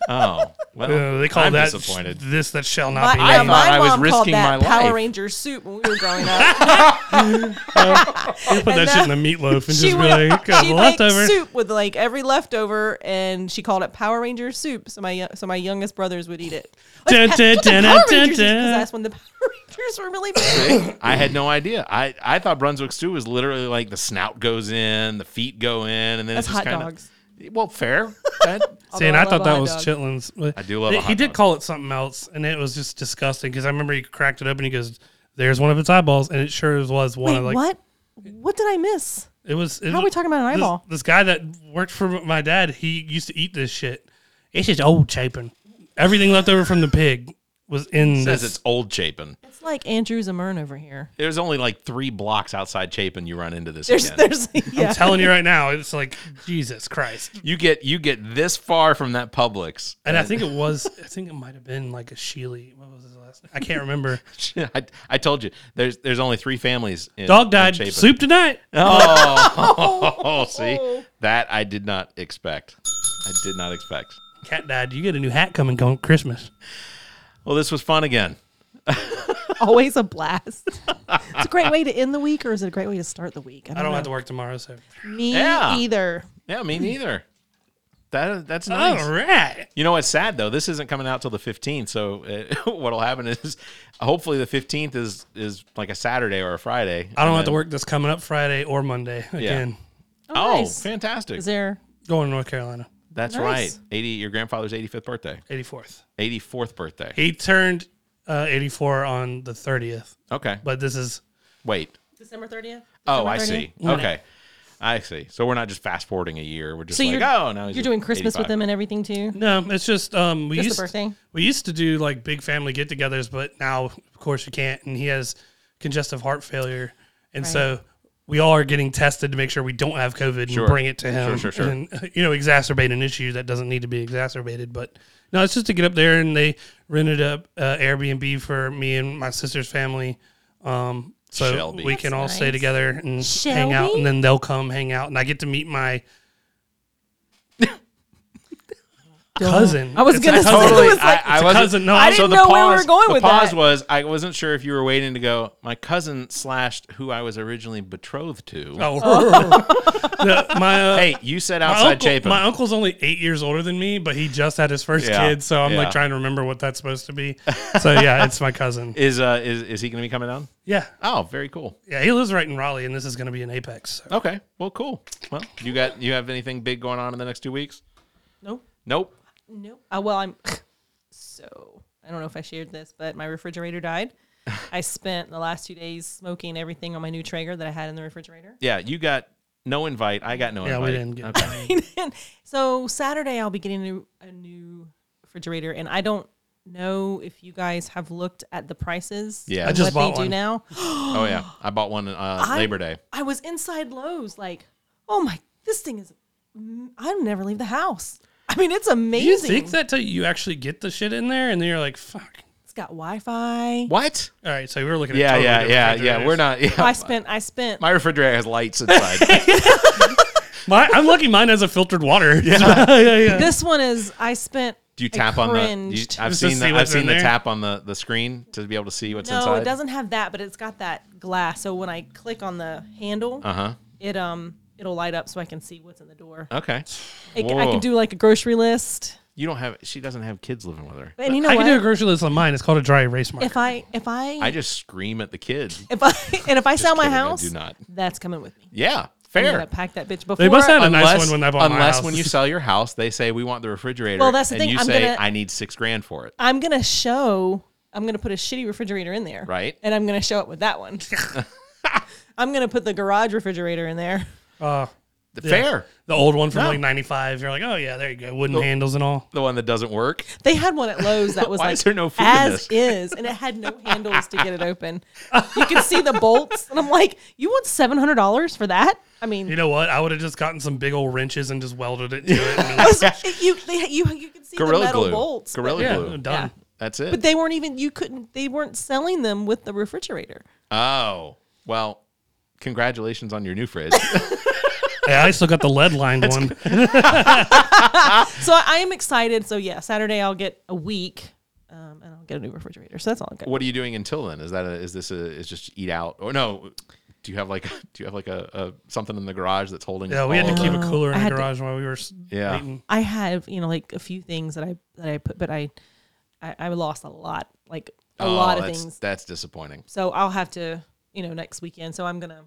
Speaker 1: Oh, well,
Speaker 2: Uh, they call
Speaker 1: I'm
Speaker 2: that
Speaker 1: disappointed.
Speaker 2: This that shall
Speaker 3: My,
Speaker 2: not be.
Speaker 3: yeah,
Speaker 2: named.
Speaker 3: my
Speaker 1: I was
Speaker 3: mom called
Speaker 1: risking
Speaker 3: that
Speaker 1: my
Speaker 3: Power
Speaker 1: life.
Speaker 3: Ranger soup when we were growing up.
Speaker 2: You put that
Speaker 3: And
Speaker 2: shit in the meatloaf and
Speaker 3: she
Speaker 2: just be
Speaker 3: would
Speaker 2: like, "Got
Speaker 3: she make
Speaker 2: leftover."
Speaker 3: soup with like every leftover, and she called it Power Ranger soup. So my so my youngest brothers would eat it.
Speaker 2: Dun,
Speaker 3: Like,
Speaker 2: dun,
Speaker 3: get the
Speaker 2: dun,
Speaker 3: Power
Speaker 2: dun,
Speaker 3: Rangers, 'cause
Speaker 2: dun.
Speaker 3: That's when the Power Rangers were really big.
Speaker 1: I had no idea. I, I thought Brunswick stew was literally like the snout goes in, the feet go in, and then
Speaker 3: That's
Speaker 1: it's just
Speaker 3: hot
Speaker 1: kind
Speaker 3: dogs.
Speaker 1: of well, fair. That,
Speaker 2: See, and
Speaker 3: Although
Speaker 2: I
Speaker 3: I love
Speaker 2: thought
Speaker 3: a
Speaker 2: that
Speaker 3: hot
Speaker 2: was
Speaker 3: dog.
Speaker 2: chitlins.
Speaker 1: I do love a
Speaker 2: He
Speaker 1: hot
Speaker 2: did
Speaker 1: dog.
Speaker 2: call it something else, and it was just disgusting because I remember he cracked it open. He goes, "There's one of its eyeballs," and it sure was one.
Speaker 3: Wait,
Speaker 2: of, like,
Speaker 3: what? What did I miss?
Speaker 2: It was. It
Speaker 3: How are we
Speaker 2: was-
Speaker 3: talking about an
Speaker 2: this-
Speaker 3: eyeball?
Speaker 2: This, guy that worked for my dad, he used to eat this shit. It's just old chapin. Everything left over from the pig was in
Speaker 1: says
Speaker 2: this.
Speaker 1: it's old Chapin.
Speaker 3: It's like Andrew Zimmern over here.
Speaker 1: There's only like three blocks outside Chapin you run into this
Speaker 3: There's,
Speaker 1: again.
Speaker 3: there's, yeah.
Speaker 2: I'm telling you right now, it's like Jesus Christ.
Speaker 1: you get you get this far from that Publix,
Speaker 2: And I think it was. I think it might have been like a Sheely. What was his last name? I can't remember.
Speaker 1: I, I told you there's there's only three families. In,
Speaker 2: Dog
Speaker 1: in
Speaker 2: died.
Speaker 1: Chapin.
Speaker 2: Soup tonight.
Speaker 1: Oh, see that I did not expect. I did not expect.
Speaker 2: Cat died. You get a new hat coming on Christmas.
Speaker 1: Well, this was fun again.
Speaker 3: Always a blast. It's a great way to end the week, or is it a great way to start the week?
Speaker 2: I don't
Speaker 3: know.
Speaker 2: have to work tomorrow, so
Speaker 3: Me
Speaker 1: Yeah.
Speaker 3: either.
Speaker 1: Yeah, me neither. That that's nice.
Speaker 2: All right.
Speaker 1: You know what's sad though? This isn't coming out till the fifteenth. So uh, what'll happen is, hopefully, the fifteenth is is like a Saturday or a Friday.
Speaker 2: I don't
Speaker 1: And
Speaker 2: have to
Speaker 1: then-
Speaker 2: work this coming up Friday or Monday again.
Speaker 1: Oh,
Speaker 3: nice.
Speaker 1: fantastic!
Speaker 3: Is there?
Speaker 2: Going to North Carolina.
Speaker 1: That's
Speaker 3: Nice.
Speaker 1: right. Eighty. Your grandfather's eighty fifth birthday.
Speaker 2: 84th.
Speaker 1: Eighty fourth birthday.
Speaker 2: He turned uh, 84 on the 30th.
Speaker 1: Okay.
Speaker 2: But this is
Speaker 1: Wait.
Speaker 3: December 30th?
Speaker 1: Oh,
Speaker 3: December
Speaker 1: I
Speaker 3: 30th?
Speaker 1: see.
Speaker 2: Yeah.
Speaker 1: Okay. I see. So we're not just fast forwarding a year. We're just
Speaker 3: so
Speaker 1: like,
Speaker 3: you're,
Speaker 1: oh, now he's
Speaker 3: you're doing Christmas with
Speaker 1: 85.
Speaker 3: them and everything too?
Speaker 2: no, it's just um we
Speaker 3: Just the
Speaker 2: used
Speaker 3: birthday?
Speaker 2: we used to do like big family get-togethers, but now of course you can't and he has congestive heart failure. And so we all are getting tested to make sure we don't have COVID and
Speaker 1: Sure.
Speaker 2: bring it to him.
Speaker 1: Sure, sure, sure.
Speaker 2: And, you know, exacerbate an issue that doesn't need to be exacerbated. But no, it's just to get up there and they rented a uh, Airbnb for me and my sister's family. Um, so
Speaker 1: Shelby.
Speaker 2: we can all
Speaker 1: That's
Speaker 2: stay
Speaker 1: nice.
Speaker 2: together and hang out,
Speaker 1: Shelby?
Speaker 2: and then they'll come hang out, and I get to meet my cousin.
Speaker 1: I was
Speaker 2: It's a
Speaker 1: gonna
Speaker 2: cousin.
Speaker 1: totally.
Speaker 2: It's
Speaker 1: I,
Speaker 2: like-
Speaker 1: I
Speaker 2: it's a
Speaker 1: wasn't.
Speaker 2: cousin. No, I
Speaker 1: so
Speaker 2: didn't
Speaker 1: the
Speaker 2: know
Speaker 1: pause,
Speaker 2: where we were going
Speaker 1: the
Speaker 2: with
Speaker 1: pause
Speaker 2: that.
Speaker 1: was I wasn't sure if you were waiting to go. My cousin slashed who I was originally betrothed to.
Speaker 2: Oh. The- my, uh,
Speaker 1: hey, you said
Speaker 2: my
Speaker 1: outside
Speaker 2: uncle-
Speaker 1: Chapin.
Speaker 2: My uncle's only eight years older than me, but he just had his first
Speaker 1: Yeah,
Speaker 2: kid, so I'm
Speaker 1: yeah.
Speaker 2: like trying to remember what that's supposed to be. So yeah, it's my cousin.
Speaker 1: Is uh is is he going to be coming down?
Speaker 2: Yeah.
Speaker 1: Oh, very cool.
Speaker 2: Yeah, he lives right in Raleigh, and this is going to be an Apex.
Speaker 1: Okay. Well, cool. Well, you got you have anything big going on in the next two weeks?
Speaker 3: Nope.
Speaker 1: Nope.
Speaker 3: Nope. Uh, well, I'm so I don't know if I shared this, but my refrigerator died. I spent the last two days smoking everything on my new Traeger that I had in the refrigerator.
Speaker 1: Yeah, you got no invite. I got no
Speaker 2: Yeah, we
Speaker 1: invite.
Speaker 2: didn't get-
Speaker 1: Okay.
Speaker 3: so Saturday I'll be getting a new, a new refrigerator, and I don't know if you guys have looked at the prices.
Speaker 1: Yeah,
Speaker 3: of what they do now.
Speaker 1: oh yeah, I bought one uh,
Speaker 3: I-
Speaker 1: Labor Day.
Speaker 3: I was inside Lowe's, like, oh my, this thing is. mm, I'll never leave the house. I mean, it's amazing.
Speaker 2: You think that till you actually get the shit in there, and then you're like, fuck.
Speaker 3: It's got Wi-Fi.
Speaker 1: What?
Speaker 2: All right, so we were looking. at
Speaker 1: Yeah,
Speaker 2: totally
Speaker 1: yeah,
Speaker 2: different
Speaker 1: yeah,
Speaker 2: refrigerators.
Speaker 1: yeah. We're not. Yeah.
Speaker 3: I spent. I spent.
Speaker 1: My refrigerator has lights inside.
Speaker 2: My, I'm lucky. Mine has a filtered water. yeah, yeah, yeah.
Speaker 3: This one is. I spent.
Speaker 1: Do you
Speaker 3: I
Speaker 1: tap on the? do you-
Speaker 3: cringed.
Speaker 1: I've
Speaker 2: Just to
Speaker 1: seen the,
Speaker 2: see
Speaker 1: I've
Speaker 2: what's
Speaker 1: seen
Speaker 2: in
Speaker 1: the
Speaker 2: there?
Speaker 1: tap on the, the screen to be able to see what's
Speaker 3: no,
Speaker 1: inside.
Speaker 3: it doesn't have that, but it's got that glass. So when I click on the handle,
Speaker 1: Uh-huh.
Speaker 3: it um it'll light up so I can see what's in the door.
Speaker 1: Okay.
Speaker 3: It, I
Speaker 1: Uh, Whoa.
Speaker 3: can do like a grocery list.
Speaker 1: You don't have. She doesn't have kids living with her.
Speaker 3: And you know
Speaker 2: I
Speaker 3: what?
Speaker 2: can do a grocery list on mine. It's called a dry erase marker.
Speaker 3: if I if I,
Speaker 1: I just scream at the kids.
Speaker 3: if I and if I
Speaker 1: Just
Speaker 3: sell my
Speaker 1: kidding, I
Speaker 3: house,
Speaker 1: do not.
Speaker 3: that's coming with me.
Speaker 1: Yeah,
Speaker 3: I'm
Speaker 1: fair.
Speaker 3: gonna pack that bitch before.
Speaker 2: They must have had a
Speaker 1: unless,
Speaker 2: nice one when I bought my
Speaker 1: unless
Speaker 2: house.
Speaker 1: when you sell your house, they say we want the refrigerator.
Speaker 3: Well, that's the
Speaker 1: and
Speaker 3: thing,
Speaker 1: You
Speaker 3: I'm
Speaker 1: say
Speaker 3: gonna-
Speaker 1: I need six grand for it.
Speaker 3: I'm gonna show. I'm gonna put a shitty refrigerator in there,
Speaker 1: Right.
Speaker 3: And I'm gonna show it with that one. I'm gonna put the garage refrigerator in there.
Speaker 2: Uh,
Speaker 1: The- fair.
Speaker 2: The old one from
Speaker 1: No.
Speaker 2: like '95. You're like, oh yeah, there you go. Wooden
Speaker 1: The-
Speaker 2: handles and all.
Speaker 1: The one that doesn't work.
Speaker 3: They had one at Lowe's that was
Speaker 1: Why
Speaker 3: like
Speaker 1: is there no food in
Speaker 3: as
Speaker 1: this?
Speaker 3: is, and it had no handles to get it open. You could see the bolts, and I'm like, you want seven hundred dollars for that? I mean,
Speaker 2: You know what? I would have just gotten some big old wrenches and just welded it to it. and-
Speaker 3: you they, you you could see the
Speaker 1: Gorilla
Speaker 3: metal
Speaker 1: glue.
Speaker 3: bolts, but-
Speaker 1: Gorilla
Speaker 2: Yeah,
Speaker 1: glue.
Speaker 2: done. Yeah.
Speaker 1: That's it.
Speaker 3: but they weren't even you couldn't they weren't selling them with the refrigerator.
Speaker 1: oh well, congratulations on your new fridge.
Speaker 2: yeah, I still got the lead lined one.
Speaker 3: so I I am excited. So yeah, Saturday I'll get a week, um, and I'll get a new refrigerator. So that's all good.
Speaker 1: what are you doing until then? Is that a, is this a is just eat out or no? Do you have like do you have like a, a something in the garage that's holding?
Speaker 2: Yeah, we had
Speaker 1: all
Speaker 2: to
Speaker 1: of
Speaker 2: keep
Speaker 1: the-
Speaker 2: a cooler
Speaker 3: Oh.
Speaker 2: in
Speaker 3: I
Speaker 2: the
Speaker 3: had to-
Speaker 2: garage while we were s-
Speaker 1: Yeah.
Speaker 2: eating.
Speaker 3: I have you know like a few things that I that I put, but I I, I lost a lot, like a
Speaker 1: Oh,
Speaker 3: lot of
Speaker 1: that's-
Speaker 3: things.
Speaker 1: That's disappointing.
Speaker 3: So I'll have to you know next weekend. So I'm gonna.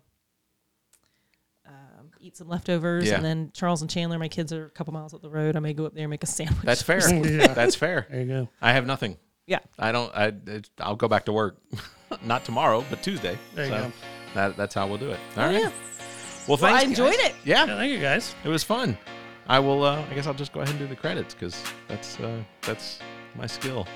Speaker 3: um, Eat some leftovers,
Speaker 1: Yeah.
Speaker 3: and then Charles and Chandler, my kids are a couple miles up the road. I may go up there and make a sandwich.
Speaker 1: That's
Speaker 3: or
Speaker 1: fair.
Speaker 3: something.
Speaker 1: That's fair.
Speaker 2: There you go.
Speaker 1: I have nothing.
Speaker 3: Yeah.
Speaker 1: I don't. I it- I'll go back to work, not tomorrow, but Tuesday.
Speaker 2: There you go.
Speaker 1: That, that's how we'll do it. All
Speaker 3: Oh,
Speaker 1: right.
Speaker 3: yeah.
Speaker 1: Well, thanks.
Speaker 3: Well, I
Speaker 1: guys.
Speaker 3: enjoyed it.
Speaker 1: Yeah.
Speaker 2: Yeah, thank you guys.
Speaker 1: It was fun. I will. Uh, I guess I'll just go ahead and do the credits because that's uh, that's my skill.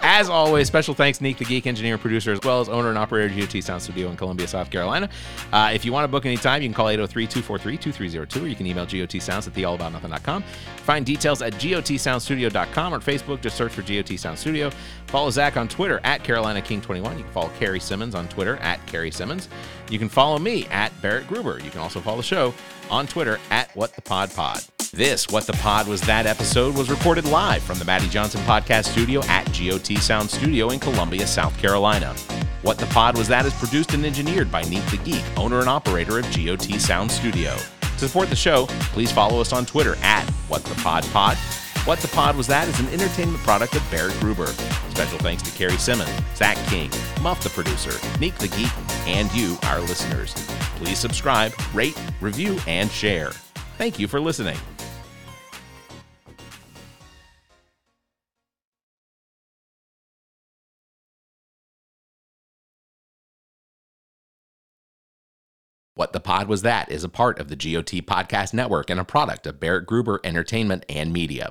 Speaker 1: As always, special thanks Neek, the geek engineer and producer, as well as owner and operator of GOT Sound Studio in Columbia, South Carolina. Uh, if you want to book anytime, you can call 803-243-2302 or you can email gotsounds at theallaboutnothing.com. Find details at gotsoundstudio.com or Facebook. Just search for GOT Sound Studio. Follow Zach on Twitter at Carolina King 21. You can follow Carrie Simmons on Twitter at Carrie Simmons. You can follow me at Barrett Gruber. You can also follow the show on Twitter at What the Pod Pod. This What the Pod was that episode was recorded live from the Maddie Johnson Podcast Studio at GOT Sound Studio in Columbia, South Carolina. What the Pod was that is produced and engineered by Neat the Geek, owner and operator of GOT Sound Studio. To support the show, please follow us on Twitter at What the Pod Pod. What the Pod was that is an entertainment product of Barrett Gruber. Special thanks to Carrie Simmons, Zach King, Muff the producer, Neek the Geek, and you, our listeners. Please subscribe, rate, review, and share. Thank you for listening. What the Pod Was That is a part of the GOT Podcast Network and a product of Barrett Gruber Entertainment and Media.